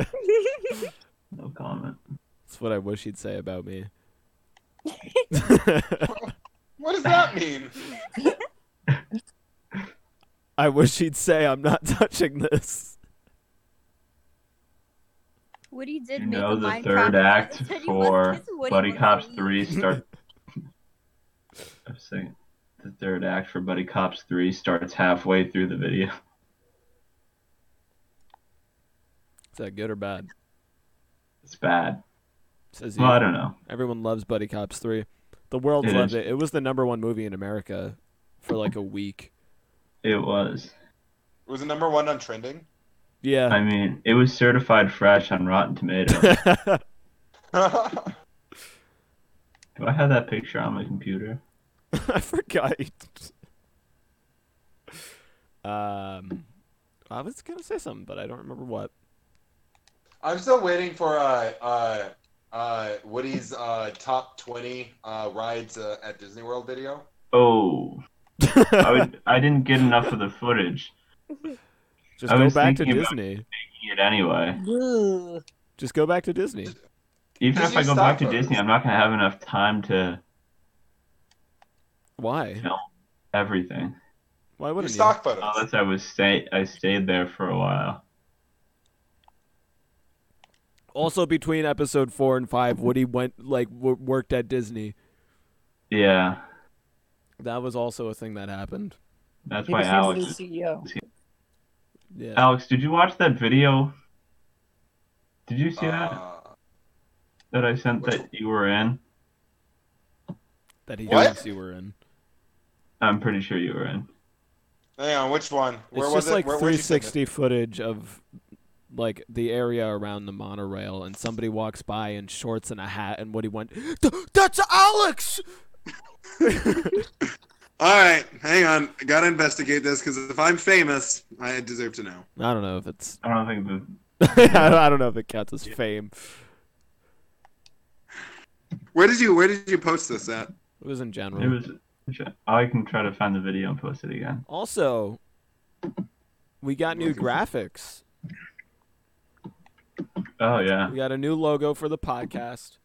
No comment.
what I wish he'd say about me.
What does that mean?
I wish he'd say I'm not touching this.
Woody did
You
make
know
a
the
Minecraft
third act
reference and he
for
wants- Woody
Buddy
wants
Cops
to
Three
leave.
start. I'm saying the third act for Buddy Cops Three starts halfway through the video.
Is that good or bad?
It's bad.
Says you.
Well, I don't know.
Everyone loves Buddy Cops 3. The world
It
loved
is.
it. It was the number one movie in America for like a week.
It was.
Was it number one on trending?
Yeah.
I mean, it was certified fresh on Rotten Tomatoes.
That's
Do I have that picture on my computer?
I forgot. um, I was gonna say something, but I don't remember what.
I'm still waiting for uh, uh, uh, Woody's uh, top 20 uh, rides uh, at Disney World video.
Oh, I would, I didn't get enough of the footage.
Just
I
go
was
back to
thinking about-
Disney.
It anyway.
Ugh.
Just go back to Disney.
Even
Because
if I
you
go back
stopped
to
us.
Disney, I'm not gonna have enough time to
Why?
everything.
Why
Your
wouldn't you?
stock photos.
Unless I was stay, I stayed there for a while.
Also, between episode four and five, Woody went like w- worked at Disney.
Yeah,
That was also a thing that happened.
that's
He
why
was
Alex.
easily CEO.
Yeah.
Alex, did you watch that video? Did you see that
Uh,
that I sent
which
that you were in?
that he
What?
thinks you were in.
I'm pretty sure you were in.
hang on, which one? Where
it's
was
just
it?
like
Where- where'd you send it?
360 footage of like the area around the monorail, and somebody walks by in shorts and a hat, and Woody went, "Th- "That's Alex."
All right, hang on. I gotta investigate this because if I'm famous, I deserve to know.
I don't know if it's.
I don't think the
I don't know if it counts as fame.
Where did you Where did you post this at?
It was in
it
Hmm.
general.
was. I can try to find the video and post it again.
also, we got new graphics.
Oh yeah.
We got a new logo for the podcast,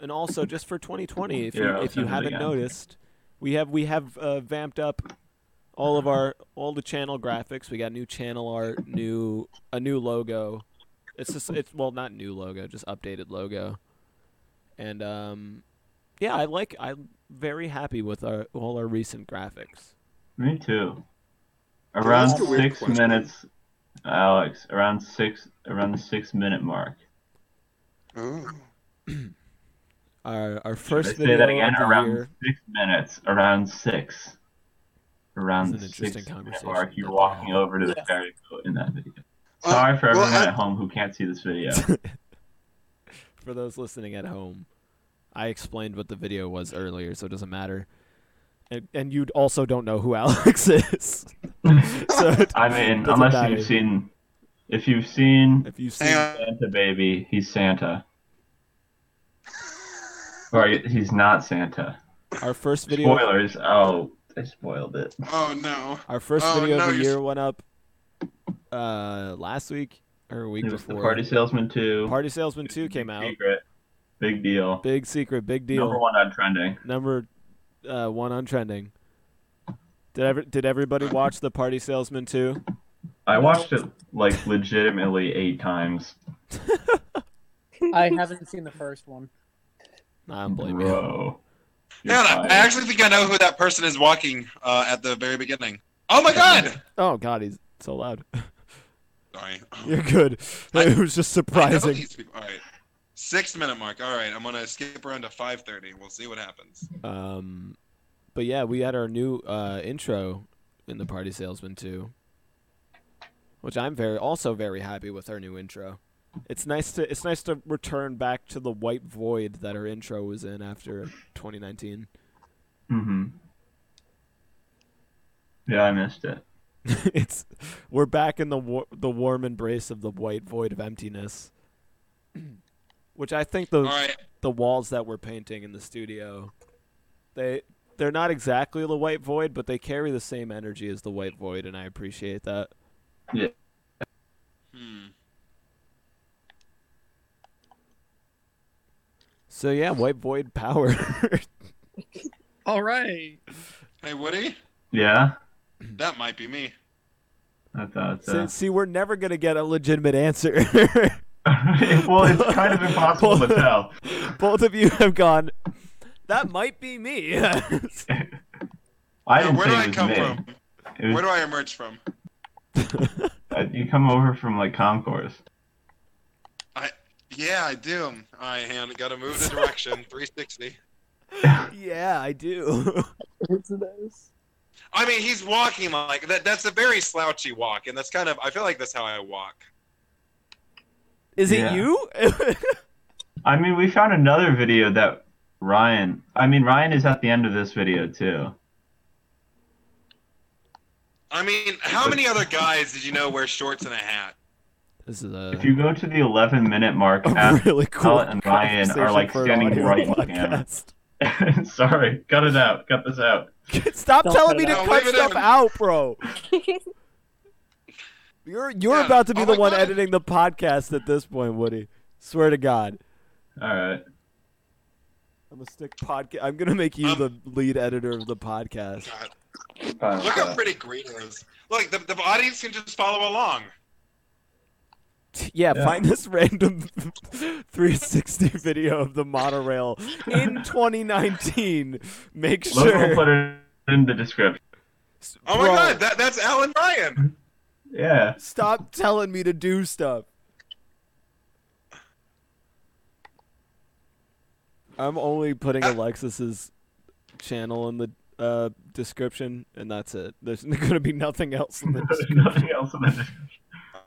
and also just for 2020, if
Yeah,
you,
I'll
if you
send it
haven't
again.
noticed, we have we have uh, vamped up all of our all the channel graphics. We got new channel art, new a new logo. It's just it's well not new logo, just updated logo, and um, yeah, I like I'm very happy with our all our recent graphics.
Me too.
that's
Around
a weird
six
question.
minutes, Alex. Around six, around the six minute mark.
Oh,
Our our
Should I
first
say
video
that again.
of the
Around
year.
six minutes. Around six. Around
That's
the
an
six
interesting
minute
conversation
mark.
that
You're
they
walking
had.
over to the
Yeah.
ferry boat in that video.
Uh,
Sorry for
well,
everyone
I-
at home who can't see this video.
for those listening at home, I explained what the video was earlier, so it doesn't matter. And, and you also don't know who Alex is. so it-
I mean,
doesn't
unless
matter.
you've seen, if you've seen
If you've seen,
hang on.
Santa Baby, he's Santa. Or he's not Santa.
our first video,
Spoilers. Oh, I spoiled it.
Oh no.
our first
Oh,
video
no,
of the
you're
year went up uh, last week or a week
It was
before.
the Party Salesman 2.
Party Salesman
It's a
Two
big
came out.
Secret. Big deal.
Big secret, big deal.
Number one on trending.
Number, uh, one on trending. Did ever, did everybody watch the Party Salesman Two?
I watched it like legitimately eight times.
I haven't seen the first one.
Nah, I don't blame you.
Bro. You're
Hang on,
fired.
I actually think I know who that person is walking uh, at the very beginning. Oh my god!
Oh God, he's so loud.
Sorry.
You're good.
I-
it was just
I know
surprising.
these people. All right. Six minute mark. All right, I'm gonna skip around to 5:30. We'll see what happens.
Um, but yeah, we had our new uh, intro in the Party Salesman too, which I'm very also very happy with our new intro. It's nice to it's nice to return back to the white void that our intro was in after 2019.
hmm Yeah, Mm-hmm. I missed it.
it's we're back in the war- the warm embrace of the white void of emptiness, which I think the
All right.
the walls that we're painting in the studio, they they're not exactly the white void, but they carry the same energy as the white void, and I appreciate that.
Hmm.
So yeah, white void power.
All right.
Hey, Woody,
Yeah,
that might be me.
I thought uh,
see,
so.
see, we're never gonna get a legitimate answer.
well, it's kind of impossible to tell.
Both of you have gone. That might be me.
I
Hey,
didn't
where
say
do
it
I
was
come
me.
from?
It
Where
was,
do I emerge from?
uh, you come over from like concourse.
Yeah, I do. I hand gotta move the direction. 360.
yeah, I do.
I mean, he's walking like that. That's a very slouchy walk, and that's kind of. I feel like that's how I walk.
Is it
Yeah.
you?
I mean, we found another video that Ryan. I mean, Ryan is at the end of this video too.
I mean, how many other guys did you know wear shorts and a hat?
this is
If
a,
you go to the 11 minute mark,
a
after,
really cool
Alan and Ryan are,
conversation
like,
for an
standing
audio
right in the camera.
podcast.
sorry, cut it out, cut this out.
Stop
Don't cut
telling me
it
to
out.
cut
Leave it
stuff
in.
out, bro. You're you're
Yeah.
about to be
Oh
the
my
one
God.
editing the podcast at this point, Woody. Swear to God,
All right.
I'm gonna stick podcast. I'm gonna make you
Um,
the lead editor of the podcast.
God,
fine,
look
fine.
how pretty green it is. Look, the, the audience can just follow along.
Yeah,
Yeah.
find this random 360 video of the monorail in 2019. Make
Logan will
sure.
put it in the description.
Oh my
Bro,
God, that, that's Alan Ryan.
Yeah.
Stop telling me to do stuff. I'm only putting
Uh,
Alexis's channel in the uh, description, and that's it. There's going to be nothing else in the
There's
description.
nothing else in the description.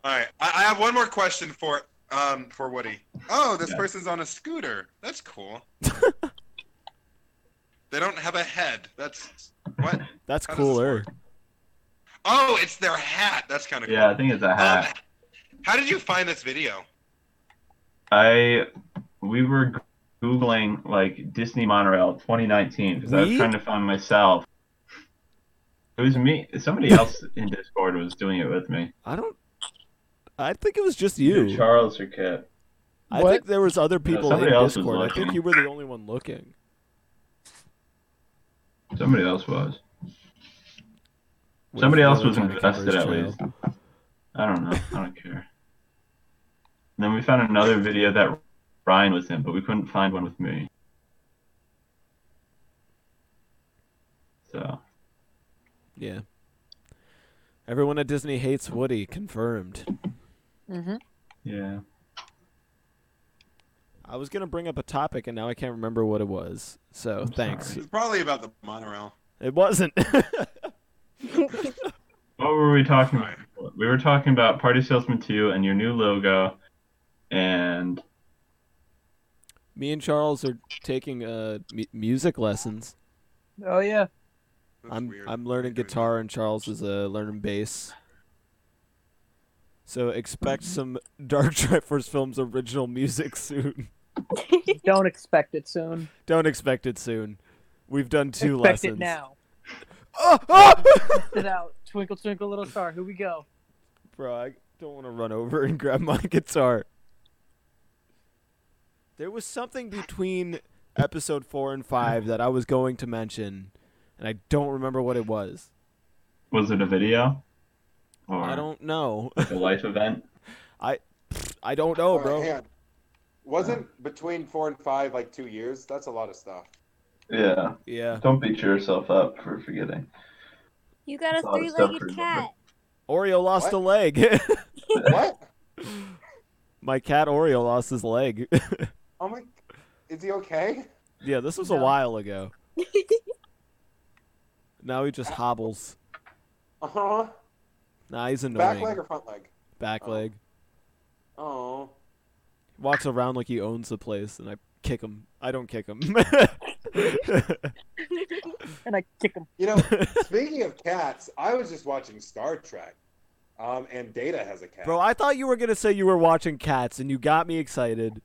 All right, I, I have one more question for um for Woody. Oh, this
Yeah.
person's on a scooter. That's cool. they don't have a head. That's what.
That's
How does
cooler.
this Oh, it's their hat. That's kind of
Yeah, I
cool.
think it's a
Um,
hat.
how did you find this video?
I we were googling like Disney monorail 2019 because I was
We?
trying to find myself. It was me. Somebody else in Discord was doing it with me.
I don't. I think it was just
Either
you.
Charles or Kit.
I
What?
think there was other people in
somebody else was
Discord. I think
looking.
you were the only one looking.
Somebody else was. Somebody else was
Trying to cover
invested
his
at
trail.
least. I don't know. I don't care. And then we found another video that Ryan was in, but we couldn't find one with me. So
Yeah. Everyone at Disney hates Woody. Confirmed.
mm-hmm.
yeah,
I was gonna bring up a topic and now I can't remember what it was. So thanks.
sorry.
It's probably about the monorail.
It wasn't.
what were we talking about? We were talking about Party Salesman Two and your new logo, and
Me and Charles are taking uh, mu- music lessons.
Oh yeah.
That's
I'm
weird.
I'm learning guitar and Charles is uh, learning bass. So expect
Mm-hmm.
some Dark Triforce Films original music soon.
Don't expect it soon.
Don't expect it soon. We've done two
expect
lessons.
it now.
Ah, ah!
Sit out. Twinkle twinkle little star. Here we go.
Bro, I don't want to run over and grab my guitar. There was something between episode four and five that I was going to mention, and I don't remember what it was.
was it a video or
I don't know.
a life event?
I don't know,
All right,
bro.
hang on. Wasn't between four and five like two years? That's a lot of stuff.
Yeah,
Yeah.
don't beat yourself up for forgetting.
you got
It's a
a
lot of
three
stuff to
legged
remember.
cat.
Oreo lost
What?
a leg.
what?
my cat Oreo lost his leg.
Oh my! Is he okay?
yeah, this was a
No.
while ago. Now he just hobbles.
Uh huh.
Nah, he's
Back
annoying.
leg or front leg?
Back
Oh.
leg.
Oh.
Walks around like he owns the place, and I kick him. I don't kick him.
and I kick him.
You know, speaking of cats, I was just watching Star Trek, um, and Data has a cat.
Bro, I thought you were gonna say you were watching cats, and you got me excited.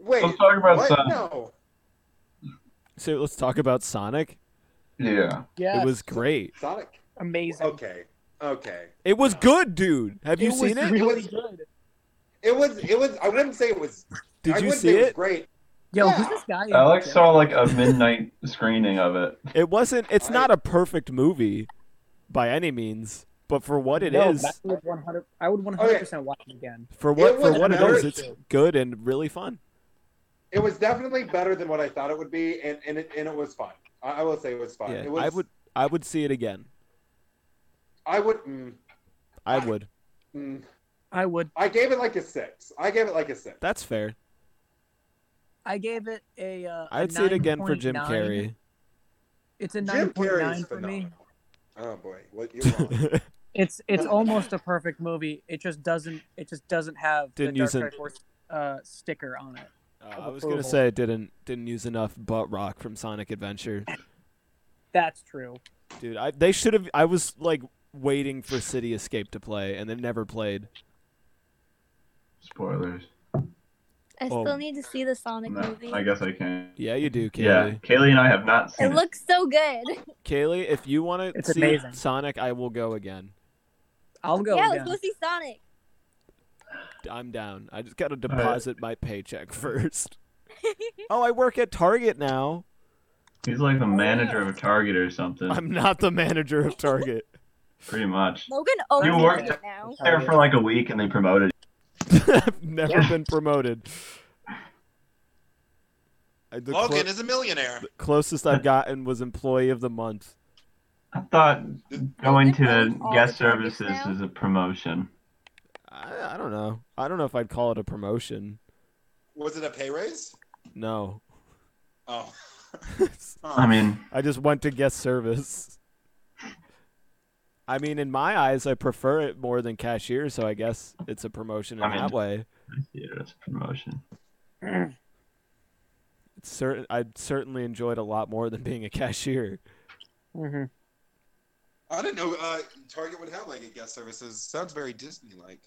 Wait,
Let's talk about
what?
some-
No,
So let's talk about Sonic.
Yeah.
Yeah,
It was great.
Sonic.
amazing.
Okay, okay.
It was good, dude. Have you
it
seen
was
it?
really good.
It was, it was. I wouldn't say it was. I
Did you
wouldn't
see
say it? was
it?
great.
Yo,
Yeah.
who's this guy? in
Alex
here?
saw like a midnight screening of it.
It wasn't. It's
I-
not a perfect movie, by any means. But for what it is,
no, that was 100 I would 100 percent watch it again.
for what
It
for
was
what it is,
very
it's
good.
good and really fun.
It was definitely better than what I thought it would be, and and it, and it was fun. I, I will say it was fun.
Yeah,
it was,
I would I would see it again.
I would. Mm,
I would.
mm,
I would.
I gave it like a six. I gave it like a six.
That's fair.
I gave it a. Uh, a
I'd see it again for Jim
9.9.
Carrey.
It's a
Jim
nine point
Carrey is
nine for me.
phenomenal. Oh boy, what you're wrong.
It's it's almost a perfect movie. It just doesn't it just doesn't have
Didn't
the
use
Dark
it.
Knight Force uh, sticker on it.
Uh,
Of
I was gonna
approval.
say it didn't didn't use enough butt rock from Sonic Adventure,
That's true.
dude. I, they should have. I was like waiting for City Escape to play, and they never played.
Spoilers.
I
Oh.
still need to see the Sonic
No,
movie.
I guess I can.
Yeah, you do, Kaylee.
Yeah, Kaylee and I have not
It
seen it.
looks so good.
Kaylee, if you want to
It's
see
amazing.
Sonic, I will go again.
I'll go
yeah,
again.
let's go see Sonic.
I'm down. I just gotta
right.
deposit my paycheck first. oh, I work at Target now.
He's like the manager of Target or something.
I'm not the manager of Target.
Pretty much.
Logan owns
You worked-
it now.
There for like a week and they promoted.
I've never been promoted. I- The, clo-
Logan is a millionaire.
the closest I've gotten was employee of the month.
I thought going to
All
guest
the Targets
services
now?
is a promotion.
I, I don't know. I don't know if I'd call it a promotion.
Was it a pay raise?
No.
Oh,
I mean,
I just went to guest service. I mean, in my eyes, I prefer it more than cashier, so I guess it's a promotion in
I mean-
that way.
I see it as a promotion.
It's certain I certainly enjoyed a lot more than being a cashier.
hmm
I didn't know uh, Target would have like a guest services. Sounds very Disney like.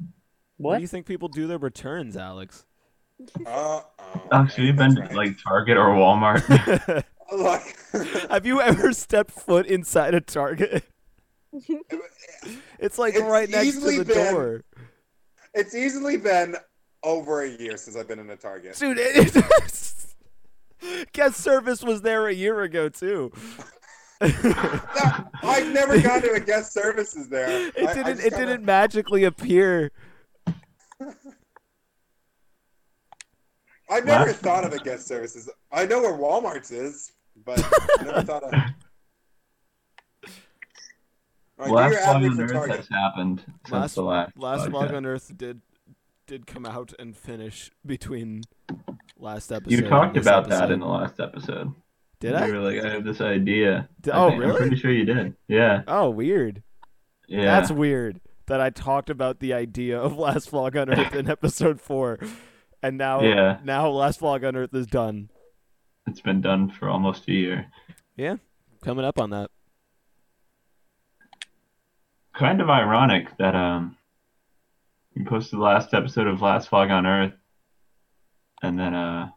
What?
What?
do you think people do their returns, Alex?
Uh,
Oh, so you've been to like Target or Walmart?
Look,
Have you ever stepped foot inside a Target? It's like
It's
right next to
easily
the
been-
door.
it's easily been over a year since I've been in a Target.
Dude, it is. Guest service was there a year ago too. it
No, I've never gone to a guest services there. I- I
didn't.
just
it
kinda-
didn't magically appear.
I've never
Last-
thought of a guest services. I know where Walmart's is, but I never thought of. All right, do
last
your
vlog
ad
on
read
Earth
for Target.
has happened since
Last-
the last.
Last
podcast.
vlog on Earth did did come out and finish between last episode.
You
and
talked
this
about that
episode.
in the last episode.
Did I?
You were like, I have this idea.
Did-
I
oh,
think-
really?
I'm pretty sure you did. Yeah.
Oh, weird.
Yeah.
That's weird that I talked about the idea of Last Vlog on Earth in episode four, and now
Yeah.
now Last Vlog on Earth is done.
It's been done for almost a year.
Coming up on that.
Kind of ironic that um, you posted the last episode of Last Vlog on Earth, and then uh,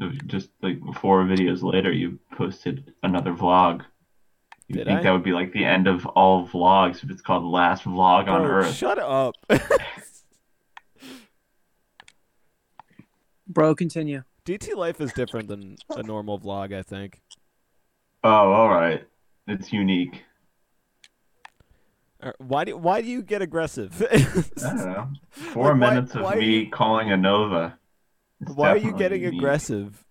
it was just like four videos later, you posted another vlog. You
Did
think
I?
that would be like the end of all vlogs if it's called Last Vlog on
Bro,
Earth?
shut up.
Bro, continue.
DT life is different than a normal vlog, I think.
oh, all right. It's unique.
Or- Er, Why do why do you get aggressive?
I don't know.
Like,
Four
why-
minutes of
why are
me
you-
calling a Nova. It's
Why are you
definitely
getting
unique.
aggressive?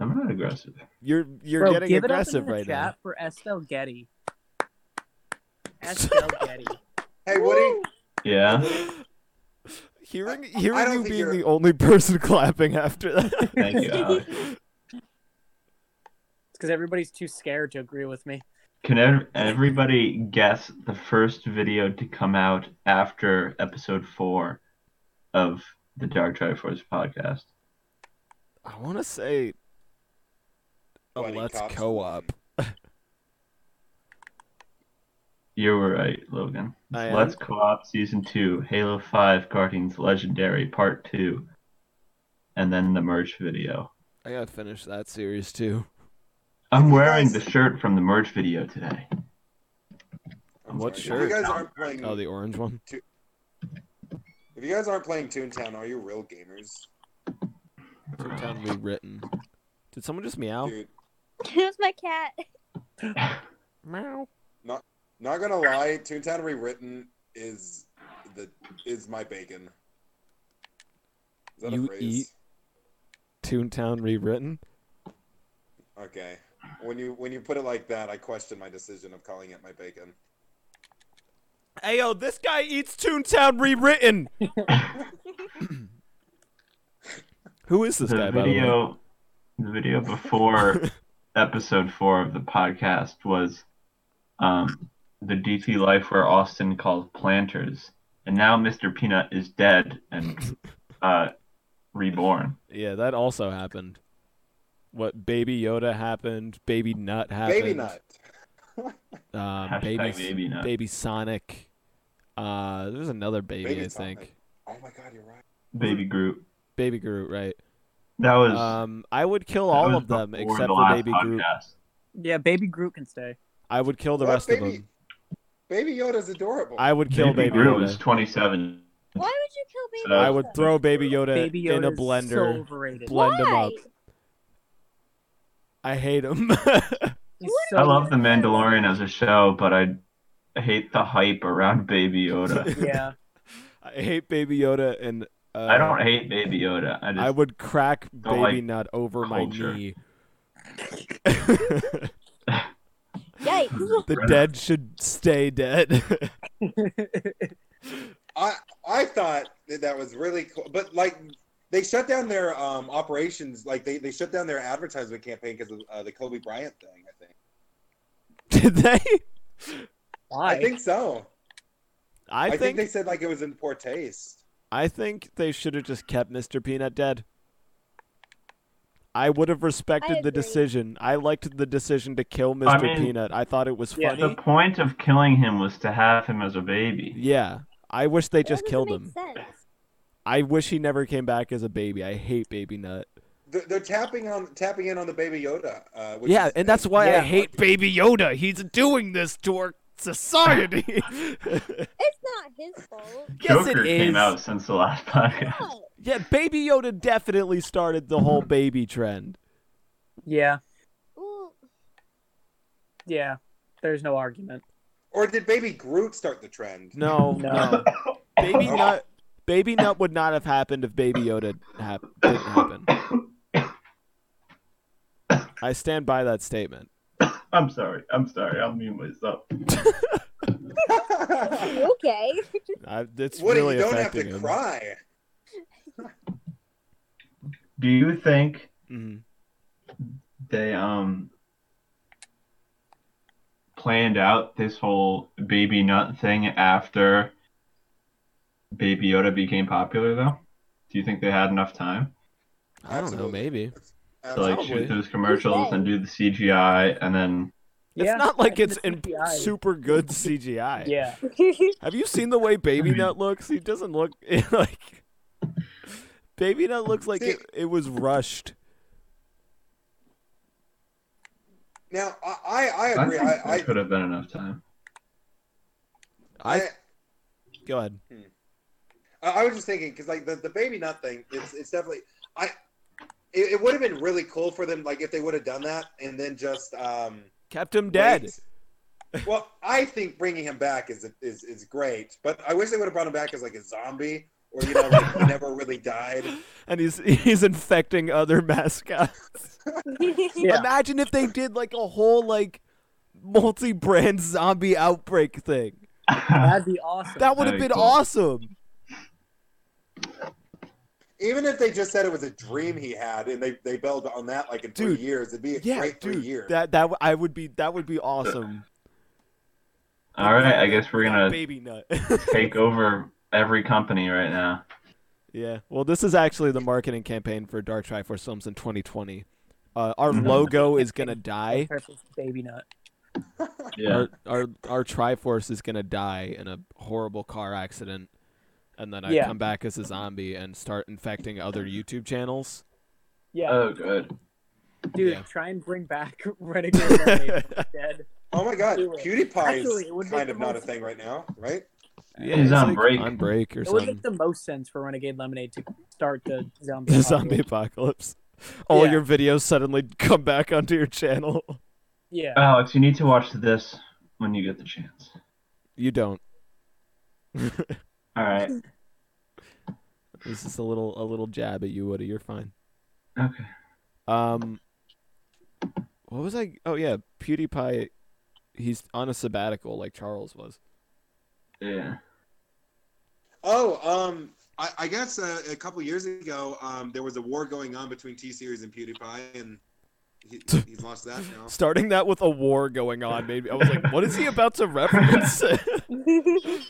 I'm not aggressive.
You're you're
Bro,
getting
give
aggressive
it up in the
right
chat
now.
for Estelle Getty. Estelle Getty.
Hey Woody,
Yeah.
Hearing
I
hearing
don't
you
think
being
you're-
the only person clapping after that.
Thank you. Alex.
It's because everybody's too scared to agree with me.
Can ev- everybody guess the first video to come out after episode four of the Dark Triforce podcast?
I want to say a
Buddy
Let's
Cops.
Co-op.
You were right, Logan.
I am.
Let's Co-op Season 2, Halo 5 Guardians Legendary Part 2, and then the merge video.
I gotta finish that series too.
I'm wearing the shirt from the merge video today.
I'm
What
sorry. If you
shirt?
guys aren't playing,
Oh, the orange one.
if you guys aren't playing Toontown, are you real gamers,
Toontown rewritten. Did someone just meow?
dude?
Who's my cat?
Meow.
Not gonna lie, Toontown rewritten is the is my bacon. Is that
You
a phrase?
eat- Toontown rewritten.
Okay. When you when you put it like that, I question my decision of calling it my bacon.
Ayo, this guy eats Toontown rewritten. Who is this guy,
The
by the way?
video, the video before episode 4 of the podcast was um, the DC life where Austin called planters. And now Mr. Peanut is dead and uh, reborn.
Yeah, that also happened. What Baby Yoda happened? Baby Nut happened.
Baby nut.
Uh,
Hashtag
baby,
baby nut.
baby Sonic. Uh, there's another baby,
Baby
I
Sonic.
think.
Oh my god, you're right.
Baby Groot.
Baby Groot, right?
That was
Um, I would kill
that
all
was
of them
before
except
the
for
last
Baby Groot.
podcast.
Yeah, Baby Groot can stay.
I would kill the
What?
rest
baby,
of them.
Baby Yoda's adorable.
I would kill
Baby
Baby,
Groot
Yoda.
was 27.
Why would you kill Baby
So-
I
Yoda?
would throw Baby Yoda,
Baby
in
Yoda
a
is
blender.
so overrated.
Bl- blend 'em
Why?
up. I hate him.
He's
What?
so
I love The Mandalorian as a show, but I hate the hype around Baby Yoda.
yeah.
I hate Baby Yoda, and uh,
I don't hate Baby Yoda. I just
I would crack Baby
like
Nut over
culture.
my knee.
Yikes.
the dead should stay dead.
I I thought that that was really cool, but like they shut down their um, operations, like they, they shut down their advertisement campaign because of uh, the Kobe Bryant thing. I
Did
think.
they?
Why?
I think so.
I,
I,
think,
think, they said like it was in poor taste.
I think they should have just kept Mr. Peanut dead. I would have respected the
agree.
decision. I liked the decision to kill Mr.
I mean-
Peanut. I thought it was
Yeah,
funny.
the point of killing him was to have him as a baby.
Yeah. I wish they just
That doesn't
killed
make
him.
sense.
I wish he never came back as a baby. I hate Baby Nut.
They're, they're tapping on tapping in on the Baby Yoda. Uh, which
yeah,
is-
and that's why I
Yeah.
hate Baby Yoda. He's doing this to our society.
It's not his fault.
yes, it
Joker
is.
came out since the last podcast.
What?
Yeah, Baby Yoda definitely started the whole baby trend.
yeah.
Ooh,
Yeah. There's no argument.
Or did Baby Groot start the trend?
No, no.
No.
Baby Nut Baby Nut would not have happened if Baby Yoda hap- didn't happen. I stand by that statement.
I'm sorry. I'm sorry. I'll mute myself.
Woody,
you okay.
I, it's really
you don't have
affecting
to
him.
cry.
Do you think
Mhm.
they um planned out this whole baby nut thing after Baby Yoda became popular though? Do you think they had enough time
I don't know.
Absolutely.
Maybe
to like
Absolutely.
shoot those commercials and do the CGI and then
yeah.
it's not like
and
it's
the
in
CGI.
super good CGI.
Yeah. Mm-hmm.
Have you seen the way Baby
I mean-
Nut looks? He doesn't look like Baby Nut looks like it, it was rushed.
Now I I, I
I
agree.
think
I,
there
I,
could have been enough time.
I
I
go ahead.
I, I was just thinking because like the, the baby nut thing, it's it's definitely I. It, it would have been really cool for them, like if they would have done that and then just um.
Kept him dead.
wait. Well, I think bringing him back is is is great, but I wish they would have brought him back as like a zombie or you know like he never really died.
And he's he's infecting other mascots.
Yeah.
Imagine if they did like a whole like multi-brand zombie outbreak thing.
That'd be awesome.
That would have
That'd be
been
cool.
awesome.
Even if they just said it was a dream he had and they they build on that like in
Dude.
three years, it'd be a
Yeah,
great three
dude.
years.
That that w- I would be that would be awesome.
All right, I guess we're gonna
baby nut.
take over every company right now.
Yeah. Well, this is actually the marketing campaign for Dark Triforce Films in 2020. Uh, our
Mhm.
logo is gonna die.
Perfect baby nut.
Yeah.
Our, our our Triforce is gonna die in a horrible car accident, and then I
Yeah.
come back as a zombie and start infecting other YouTube channels.
Yeah,
Oh, good.
dude,
yeah.
try and bring back Renegade Renegade from the dead.
Oh my god,
Do it.
PewDiePie
Actually, it would
is
make
kind
the
of not a
most-
thing right now, right?
Yeah, it's
He's on
like
break.
On break or
It would
something.
make the most sense for Renegade Lemonade to start the zombie.
The zombie
apocalypse.
apocalypse. All
Yeah.
your videos suddenly come back onto your channel.
Yeah,
Alex, you need to watch this when you get the chance.
You don't.
All right.
This is a little a little jab at you, Woody. You're fine.
Okay.
Um, what was I? Oh yeah, PewDiePie. He's on a sabbatical like Charles was.
Yeah.
Oh, um, I, I guess uh, a couple years ago, um, there was a war going on between T Series and PewDiePie, and he, he's lost that now.
Starting that with a war going on, maybe I was like, what is he about to reference? I was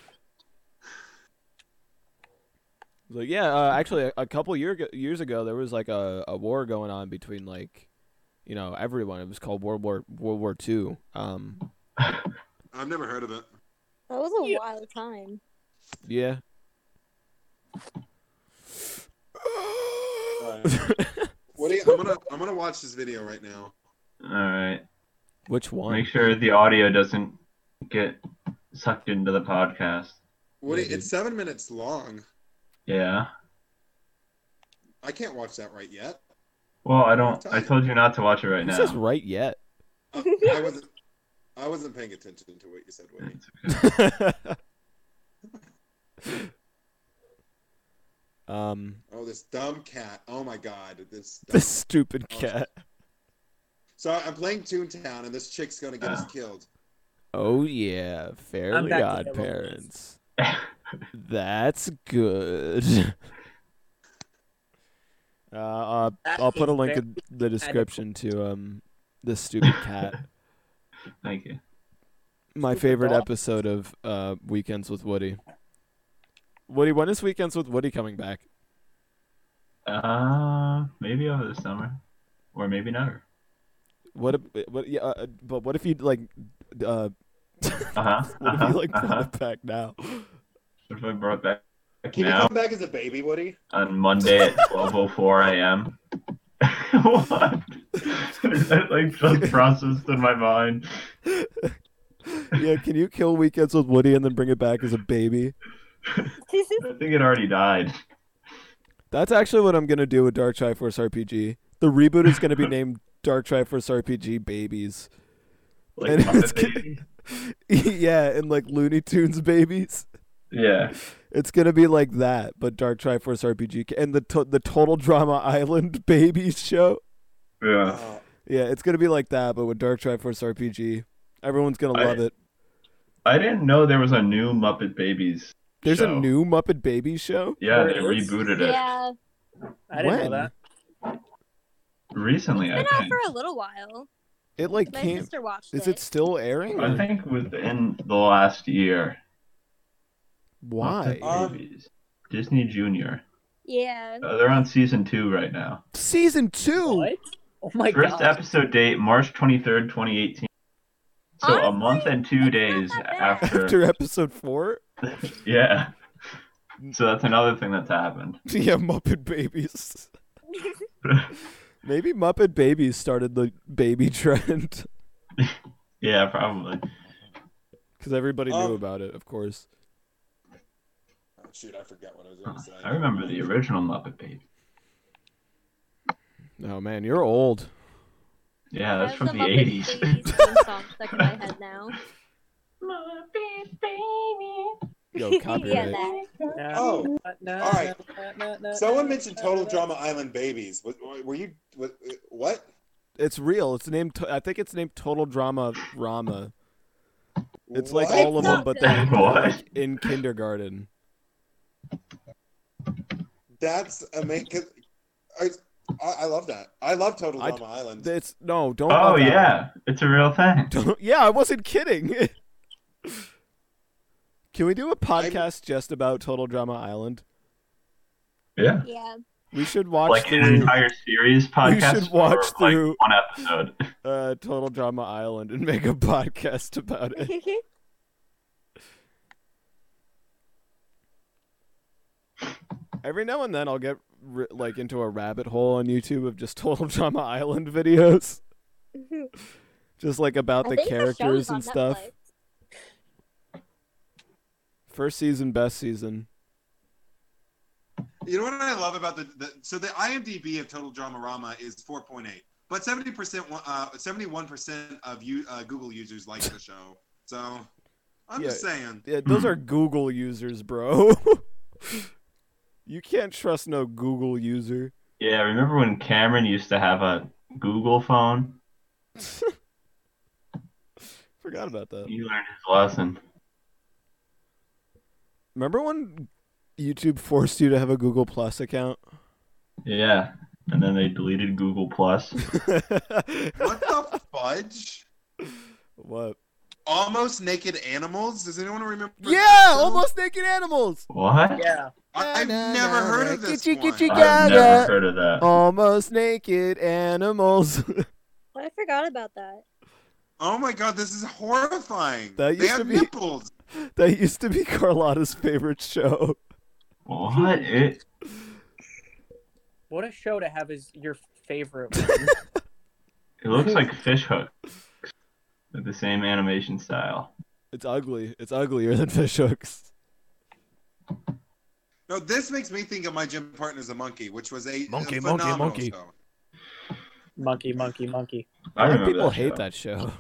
like, yeah, uh, actually, a, a couple year ago, years ago, there was like a, a war going on between like, you know, everyone. It was called World War World War Two. Um,
I've never heard of it.
That was a wild time.
yeah.
Woody, I'm gonna I'm gonna watch this video right now.
All right.
Which one?
Make sure the audio doesn't get sucked into the podcast.
Woody,
Yeah, dude.
it's seven minutes long.
Yeah.
I can't watch that right yet.
Well, I don't. I told you not to watch it right
It
now.
says right yet.
Uh, I wasn't I wasn't paying attention to what you said, Woody.
It's okay.
um,
Oh, this dumb cat. Oh my god, this. Dumb...
this stupid cat.
So I'm playing Toontown, and this chick's gonna get us killed.
Oh yeah, fairly
back to
odd
yellow
parents. That's good. Uh, uh, I'll put a link in the description to um this stupid cat.
Thank you.
My favorite episode of uh Weekends with Woody. Woody, when is Weekends with Woody coming back?
Uh, maybe over the summer, or maybe never.
What? If, what? Yeah, uh, but what if you like? Uh,
Uh huh.
what
Uh
if you
huh.
like
Uh-huh.
brought it back now?
What if I brought back
Can you
now
come back as a baby, Woody?
on Monday at twelve oh four a.m. what? Is that like just processed in my mind?
yeah, can you kill Weekends with Woody and then bring it back as a baby?
I think it already died.
That's actually what I'm gonna do with Dark Triforce RPG. The reboot is gonna be named Dark Triforce RPG Babies.
Like
And it's
Muppet Baby.
yeah, and like Looney Tunes Babies.
Yeah.
It's gonna be like that, but Dark Triforce RPG ca- and the to- the Total Drama Island Babies show.
Yeah.
Uh,
Yeah, it's gonna be like that, but with Dark Triforce RPG, everyone's gonna
I-
love it.
I didn't know there was a new Muppet Babies.
There's
show.
a new Muppet Babies show.
Yeah, they
There it is.
rebooted it
yeah,
I didn't
When?
know that.
recently. I
been out
think.
for a little while.
It like
My
can't.
sister watched
Is
it.
it still airing?
I think within the last year.
Why?
Muppet Babies.
Uh,
Disney Junior.
Yeah,
Uh, they're on season two right now.
Season two.
What? Oh my
First
god.
episode date March twenty third, twenty eighteen. So a
Honestly,
month and two
it's not
days
that bad.
after.
After episode four.
Yeah.
Mm.
So that's another thing that's happened.
Yeah, Muppet Babies. Maybe Muppet Babies started the baby trend
Yeah, probably.
because everybody knew
Um,
about it, of course.
oh, shoot, I forgot what I was gonna say.
I remember the original Muppet Baby.
Oh man, you're old.
Yeah, that's
I
from
have
the
Muppet
eighties.
Babies theme song stuck in my head now.
Yo,
yeah,
copyright.
that.
Oh, all right. Someone mentioned Total Drama Island Babies. Was- Were you what? what?
It's real. It's named. I think it's named Total Drama Rama. It's like
What?
all of
It's
them,
not
but
good.
they're
What?
in kindergarten.
That's amazing. I, I I love that. I love Total
I-
Drama Island.
It's no, don't.
Oh
love that
yeah, it's a real thing.
one. yeah, I wasn't kidding. Can we do a podcast just about Total Drama Island?
Yeah.
Yeah.
We should watch
like an
through
entire series podcast.
should watch
or,
through-
like one episode.
uh, Total Drama Island and make a podcast about it. Every now and then, I'll get ri like into a rabbit hole on YouTube of just Total Drama Island videos, just like about the characters and stuff. First season, best season.
You know what I love about the, the so the IMDb of Total Drama Rama is 4.8, but 70 percent, uh, 71 percent of you uh, Google users like the show. So I'm just saying,
Yeah, those are Google users, bro. you can't trust no Google user.
Yeah, remember when Cameron used to have a Google phone?
Forgot about that.
He learned his lesson.
Remember when YouTube forced you to have a Google Plus account?
Yeah. And then they deleted Google Plus.
what the fudge?
what?
Almost naked animals. Does anyone remember? this
Yeah,
show?
almost naked animals.
What?
Yeah.
I, I've
Na, na,
never
na,
heard
na.
of this
Kitchy,
one.
kitchy,
I've
Gaga.
never heard of
Oh.
that.
Almost naked animals.
I forgot about that.
Oh my god, this is horrifying.
That
they
used to
have
be-
nipples.
that used to be Carlotta's favorite show.
What? It,
What a show to have as your favorite. One.
it looks like fish hooks with the same animation style.
It's ugly. It's uglier than fish hooks.
No, this makes me think of my gym partner's a monkey, which was a
Monkey,
a
monkey,
phenomenal
monkey.
Show.
monkey, monkey, monkey.
A
I
lot of
remember
people
that
hate
show.
that show.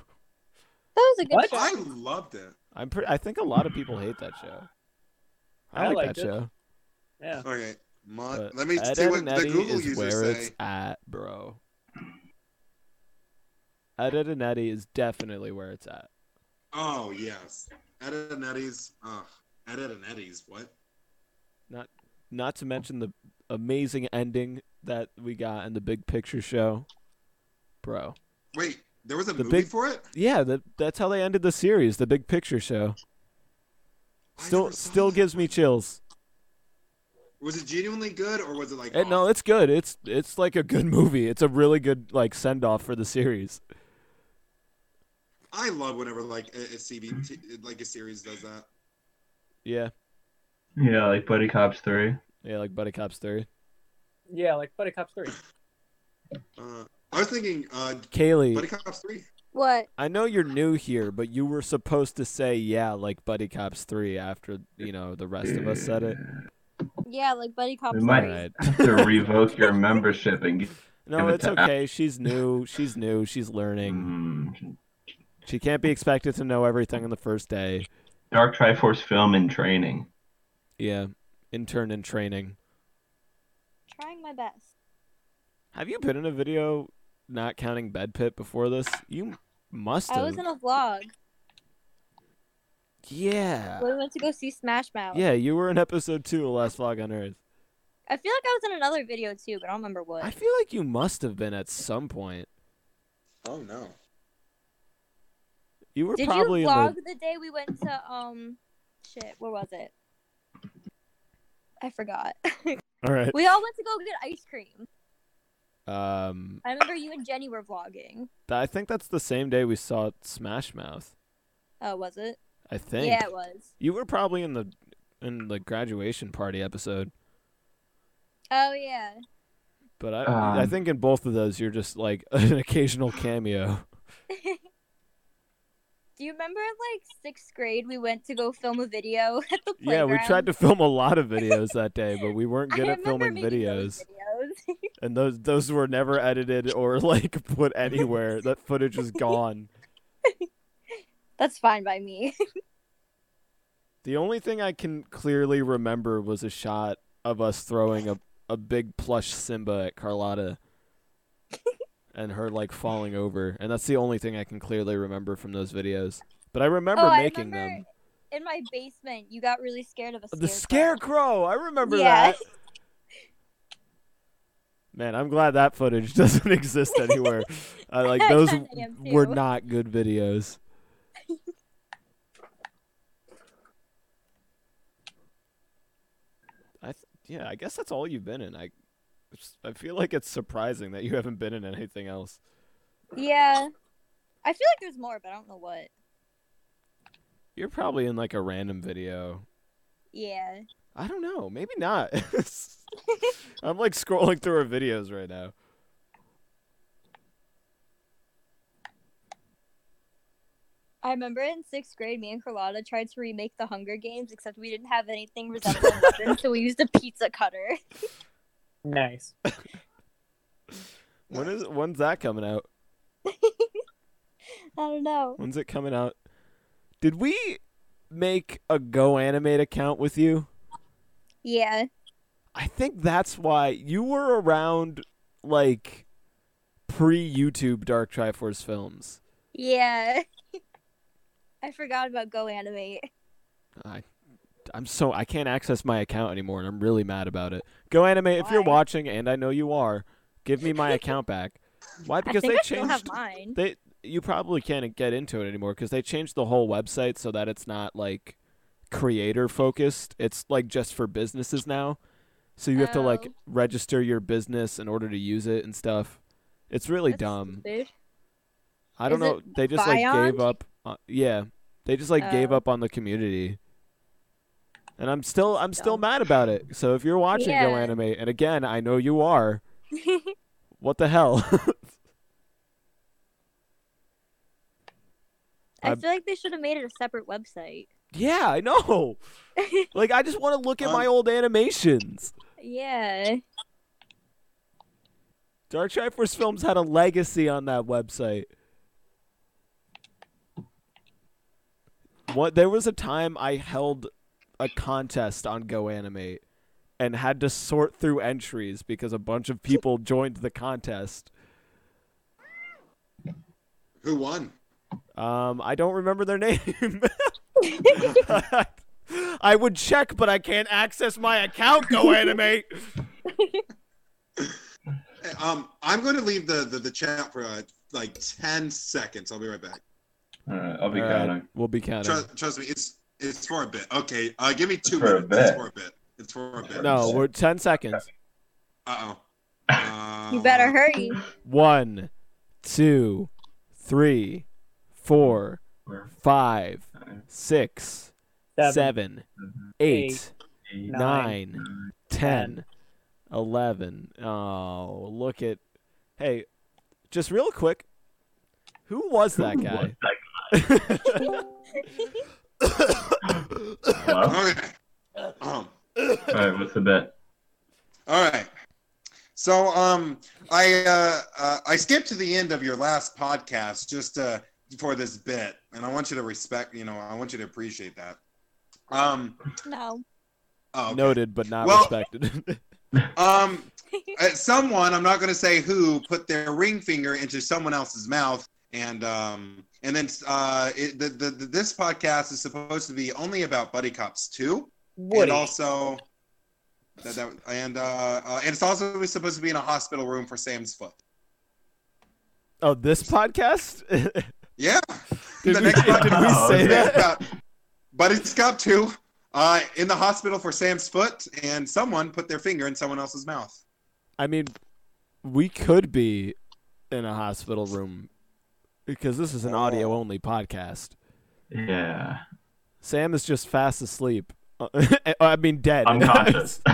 That was a good
What?
show.
I loved it.
I'm pre- I think a lot of people hate that show. I,
I
like
liked
that
it.
show.
Yeah.
Okay, mon-
but
let me
Uh, Ed,
see
Ed
what
and
the
Eddie
Google
is
users
where
say.
it's at, bro. Ed, Ed, and Eddie is definitely where it's at.
Oh yes, Ed Ed and Eddie's. Ugh, Ed Ed and Eddie's. What?
Not to mention the amazing ending that we got in the Big Picture show, bro.
Wait, there was a
The
movie
big-
for it.
Yeah, that that's how they ended the series, the Big Picture show.
I
Still,
never saw
still
that.
gives me chills.
Was it genuinely good or was it like?
It, no,
awful?
it's good. It's it's like a good movie. It's a really good like send off for the series.
I love whenever like a, a CBT like a series does that.
Yeah,
Yeah, like Buddy Cops 3.
yeah, like Buddy Cops Three.
Yeah, like Buddy Cops 3.
Uh, I was thinking, uh,
Kaylee,
Buddy Cops Three.
What?
I know you're new here, but you were supposed to say yeah, like Buddy Cops Three after you know the rest of us said it.
Yeah, like Buddy Cop.
We
Stories.
might
Alright.
have to revoke your membership and get.
No,
Give it
it's
to-
okay. She's new. She's new. She's learning.
Mm.
She can't be expected to know everything on the first day.
Dark Triforce film and training.
Yeah, intern in training.
Trying my best.
Have you been in a video not counting bed pit before this? You must have.
I was in a vlog.
yeah.
We went to go see Smash Mouth.
Yeah, you were in episode two of Last Vlog on Earth.
I feel like I was in another video too, but I don't remember what.
I feel like you must have been at some point.
Oh no.
You were
Did you
probably
vlog
in the.
the... day we went to um shit, where was it? I forgot.
All right.
we all went to go get ice cream.
Um,
I remember you and Jenny were vlogging.
th- I think that's the same day we saw Smash Mouth.
Oh, was it?
I think.
Yeah, it was.
You were probably in the in the graduation party episode,
Oh yeah.
but I I
Um.
think in both of those you're just like an occasional cameo.
Do you remember like sixth grade we went to go film a video at the playground?
Yeah, we tried to film a lot of videos that day, but we weren't
I
good at
remember
filming
making those
videos.
videos.
and those those were never edited or like put anywhere. that footage is gone.
That's fine by me.
The only thing I can clearly remember was a shot of us throwing a a big plush Simba at Carlotta and her like falling over. And that's the only thing I can clearly remember from those videos. But I remember
oh, I
making
remember
them.
in my basement. You got really scared of a
The
scarecrow.
scarecrow, I remember
Yeah.
that. Man, I'm glad that footage doesn't exist anywhere. I like those
I am
were
too.
not good videos. I th- yeah, I guess that's all you've been in. I it's- I feel like it's surprising that you haven't been in anything else.
Yeah. I feel like there's more, but I don't know what.
You're probably in like a random video.
Yeah.
I don't know. Maybe not. I'm like scrolling through our videos right now.
I remember in sixth grade, me and Carlotta tried to remake the Hunger Games, except we didn't have anything resembling weapons, so we used a pizza cutter.
Nice.
When is when's that coming out?
I don't know.
When's it coming out? Did we make a Go Animate account with you?
Yeah.
I think that's why you were around like pre YouTube Dark Triforce films.
Yeah. I forgot about Go Animate.
I I'm so I can't access my account anymore and I'm really mad about it. Go Animate if you're
Why?
watching and I know you are, give me my account back. Why?
I
Because
think
they
I still have
changed
mine.
they you probably can't get into it anymore because they changed the whole website so that it's not like creator focused it's like just for businesses now so you have to like
Oh.
register your business in order to use it and stuff it's really
That's
dumb
stupid.
i don't
Is
know they just like gave
Viond?
up on, yeah they just like gave
Oh.
up on the community and i'm still i'm still
Dumb.
mad about it so if you're watching go
Yeah.
animate and again i know you are what the hell
I
I'm-
feel like they should have made it a separate website.
yeah i know like i just want to look at my old animations
yeah.
Dark Triforce Films had a legacy on that website. What there was a time I held a contest on Go Animate and had to sort through entries because a bunch of people joined the contest.
Who won?
Um, I don't remember their name. I would check, but I can't access my account. Go Animate.
Hey, Um, I'm going to leave the, the, the chat for uh, like 10 seconds. I'll be right back.
Alright, I'll be
All
counting.
right, we'll be counting.
Trust, trust me, it's it's for a bit. Okay, uh, give me two
for a
minutes. It's
bit.
for a bit. It's for a bit.
No, we're ten seconds.
Uh oh.
You better hurry.
One, two, three, four,
Four,
five,
five,
six,
Seven.
seven,
seven,
eight,
eight,
nine,
nine,
ten, eleven. Oh, look at. Hey, just real quick. Who was that
Who was
guy?
that guy?
Okay.
All
Um,
right, what's the bet?
all right. So um, I uh, uh, I skipped to the end of your last podcast just uh, for this bit, and I want you to respect. You know, I want you to appreciate that. Um.
No.
Oh, okay.
Noted but not
Well-
respected.
Um, uh, someone I'm not going to say who put their ring finger into someone else's mouth, and um, and then uh, it, the, the, the this podcast is supposed to be only about buddy cops too, and
Woody.
also that, that and uh, uh, and it's also supposed to be in a hospital room for Sam's foot.
oh, this podcast? did
Yeah,
we,
the next
did we
podcast
Oh,
say
okay.
is
that?
about buddy cop two. Uh, in the hospital for Sam's foot, and someone put their finger in someone else's mouth.
I mean, we could be in a hospital room because this is an audio only podcast.
Yeah,
Sam is just fast asleep. Uh, I mean, dead.
I'm conscious.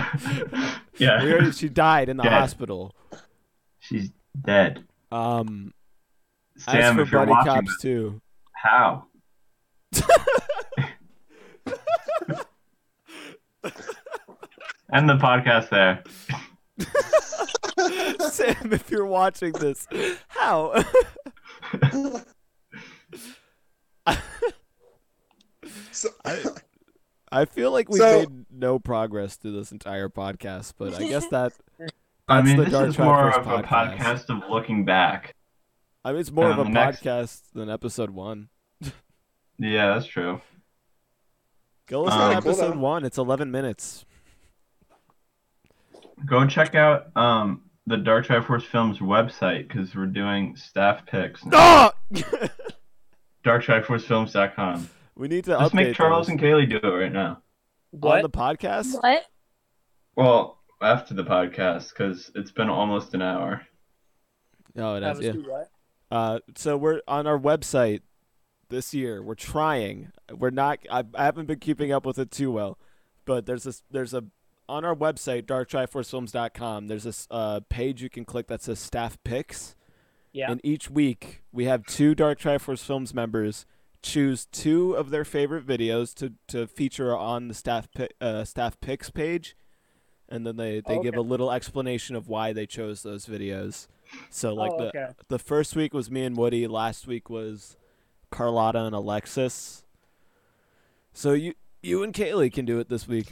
yeah,
We already- she died in the
Dead.
hospital.
she's dead.
Um,
Sam,
as
if
for
you're
Buddy
watching,
Cops too.
how? End the podcast there.
Sam, if you're watching this, how?
So,
I feel like we
So-
made no progress through this entire podcast, but I guess that.
I
That's
mean,
the
this
Dark
is more
Triforce
of a
podcast.
podcast of looking back.
I mean, it's more of
Um,
a
the next-
podcast than episode one.
Yeah, that's true.
Go listen
Um,
to
Cool,
episode
though.
one. It's 11 minutes.
Go check out um the Dark Triforce Films website because we're doing staff picks. now.
Ah!
DarkTriforceFilms.com.
we need to
Let's
update
make Charles
those.
and Kaylee do it right now.
on
What?
the podcast.
What?
Well, after the podcast, because it's been almost an hour.
Oh, it
Have
has.
us
Yeah.
do what?
Uh, so we're on our website this year. We're trying. We're not. I, I haven't been keeping up with it too well, but there's this. There's a on our website darktriforcefilms.com. There's this uh, page you can click that says staff picks.
Yeah.
And each week we have two Dark Triforce Films members choose two of their favorite videos to, to feature on the staff pi- uh, staff picks page, and then they, they give a little explanation of why they chose those videos. So like
oh,
the
okay.
the first week was me and Woody. Last week was Carlotta and Alexis. So you you and Kaylee can do it this week.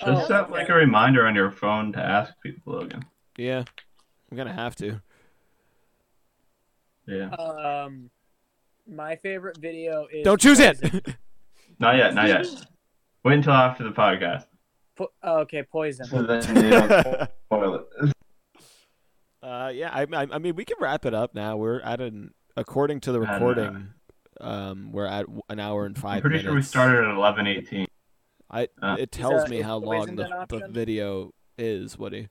Just
Oh,
set
okay.
like a reminder on your phone to ask people, Logan.
Yeah, I'm gonna have to.
Yeah.
Um, my favorite video is.
Don't choose it.
Poison.
Not yet, not yet. Wait until after the podcast.
Po- oh, okay, poison.
So then you don't spoil it.
uh, yeah, I, I I mean we can wrap it up now. We're at an according to the
I don't know.
recording, um, we're at an hour and 5
I'm pretty
minutes.
sure we started at eleven eighteen.
I
uh,
it tells
that-
me
is
how long
poisoned
the,
an
the
option?
video is. Woody,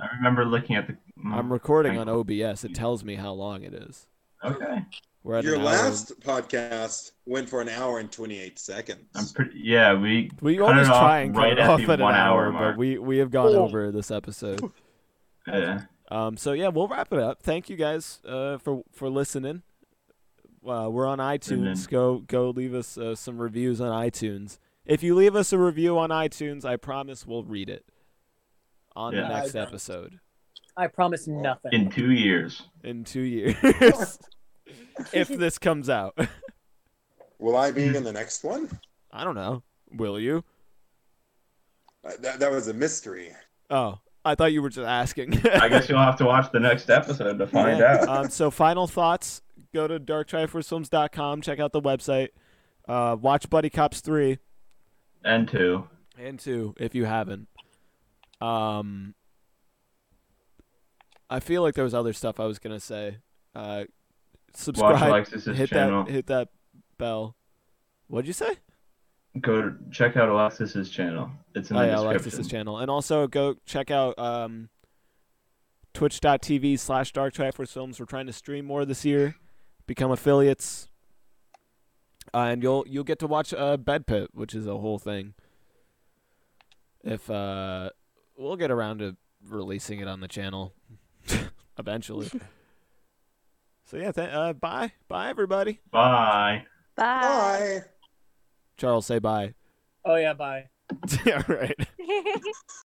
I remember looking at the. mm,
I'm recording on OBS. It tells me how long it is.
okay.
We're at
Your
an hour and-
last podcast went for an hour and 28 seconds.
I'm pretty. Yeah, we.
We
cut it
always
off
try and
right
cut it
at
off
the
at an
one hour
hour,
mark.
but we we have gone
Oh.
over this episode.
Yeah.
Um, so yeah, we'll wrap it up. Thank you guys uh, for for listening. Uh, we're on iTunes. Go go leave us uh, some reviews on iTunes. If you leave us a review on iTunes, I promise we'll read it on
Yeah.
the next
I-
episode
I promise nothing.
In two years.
in two years, if this comes out.
Will I be in the next one?
I don't know. Will you?
Uh, that, that was a mystery.
Oh, I thought you were just asking.
I guess you'll have to watch the next episode to find
Yeah.
out.
Um, so final thoughts. Go to darktriforcefilms.com. Check out the website. Uh, watch Buddy Cops three
And two.
and two if you haven't. Um, I feel like there was other stuff I was gonna say. Uh,
Watch
subscribe.
Alexis's
Hit
channel.
that. Hit that bell. What'd you say?
Go to, check out Alexis's channel. It's in the
oh, yeah,
description.
Alexis's channel. And also go check out um, twitch.tv slash Dark Triforce Films. We're trying to stream more this year, become affiliates, uh, and you'll you'll get to watch uh, Bed Pit, which is a whole thing. If uh, we'll get around to releasing it on the channel eventually. so yeah, th- uh, bye, bye everybody.
Bye.
Uh,
Bye.
Charles, say bye.
Oh yeah, bye.
All right.
Bye.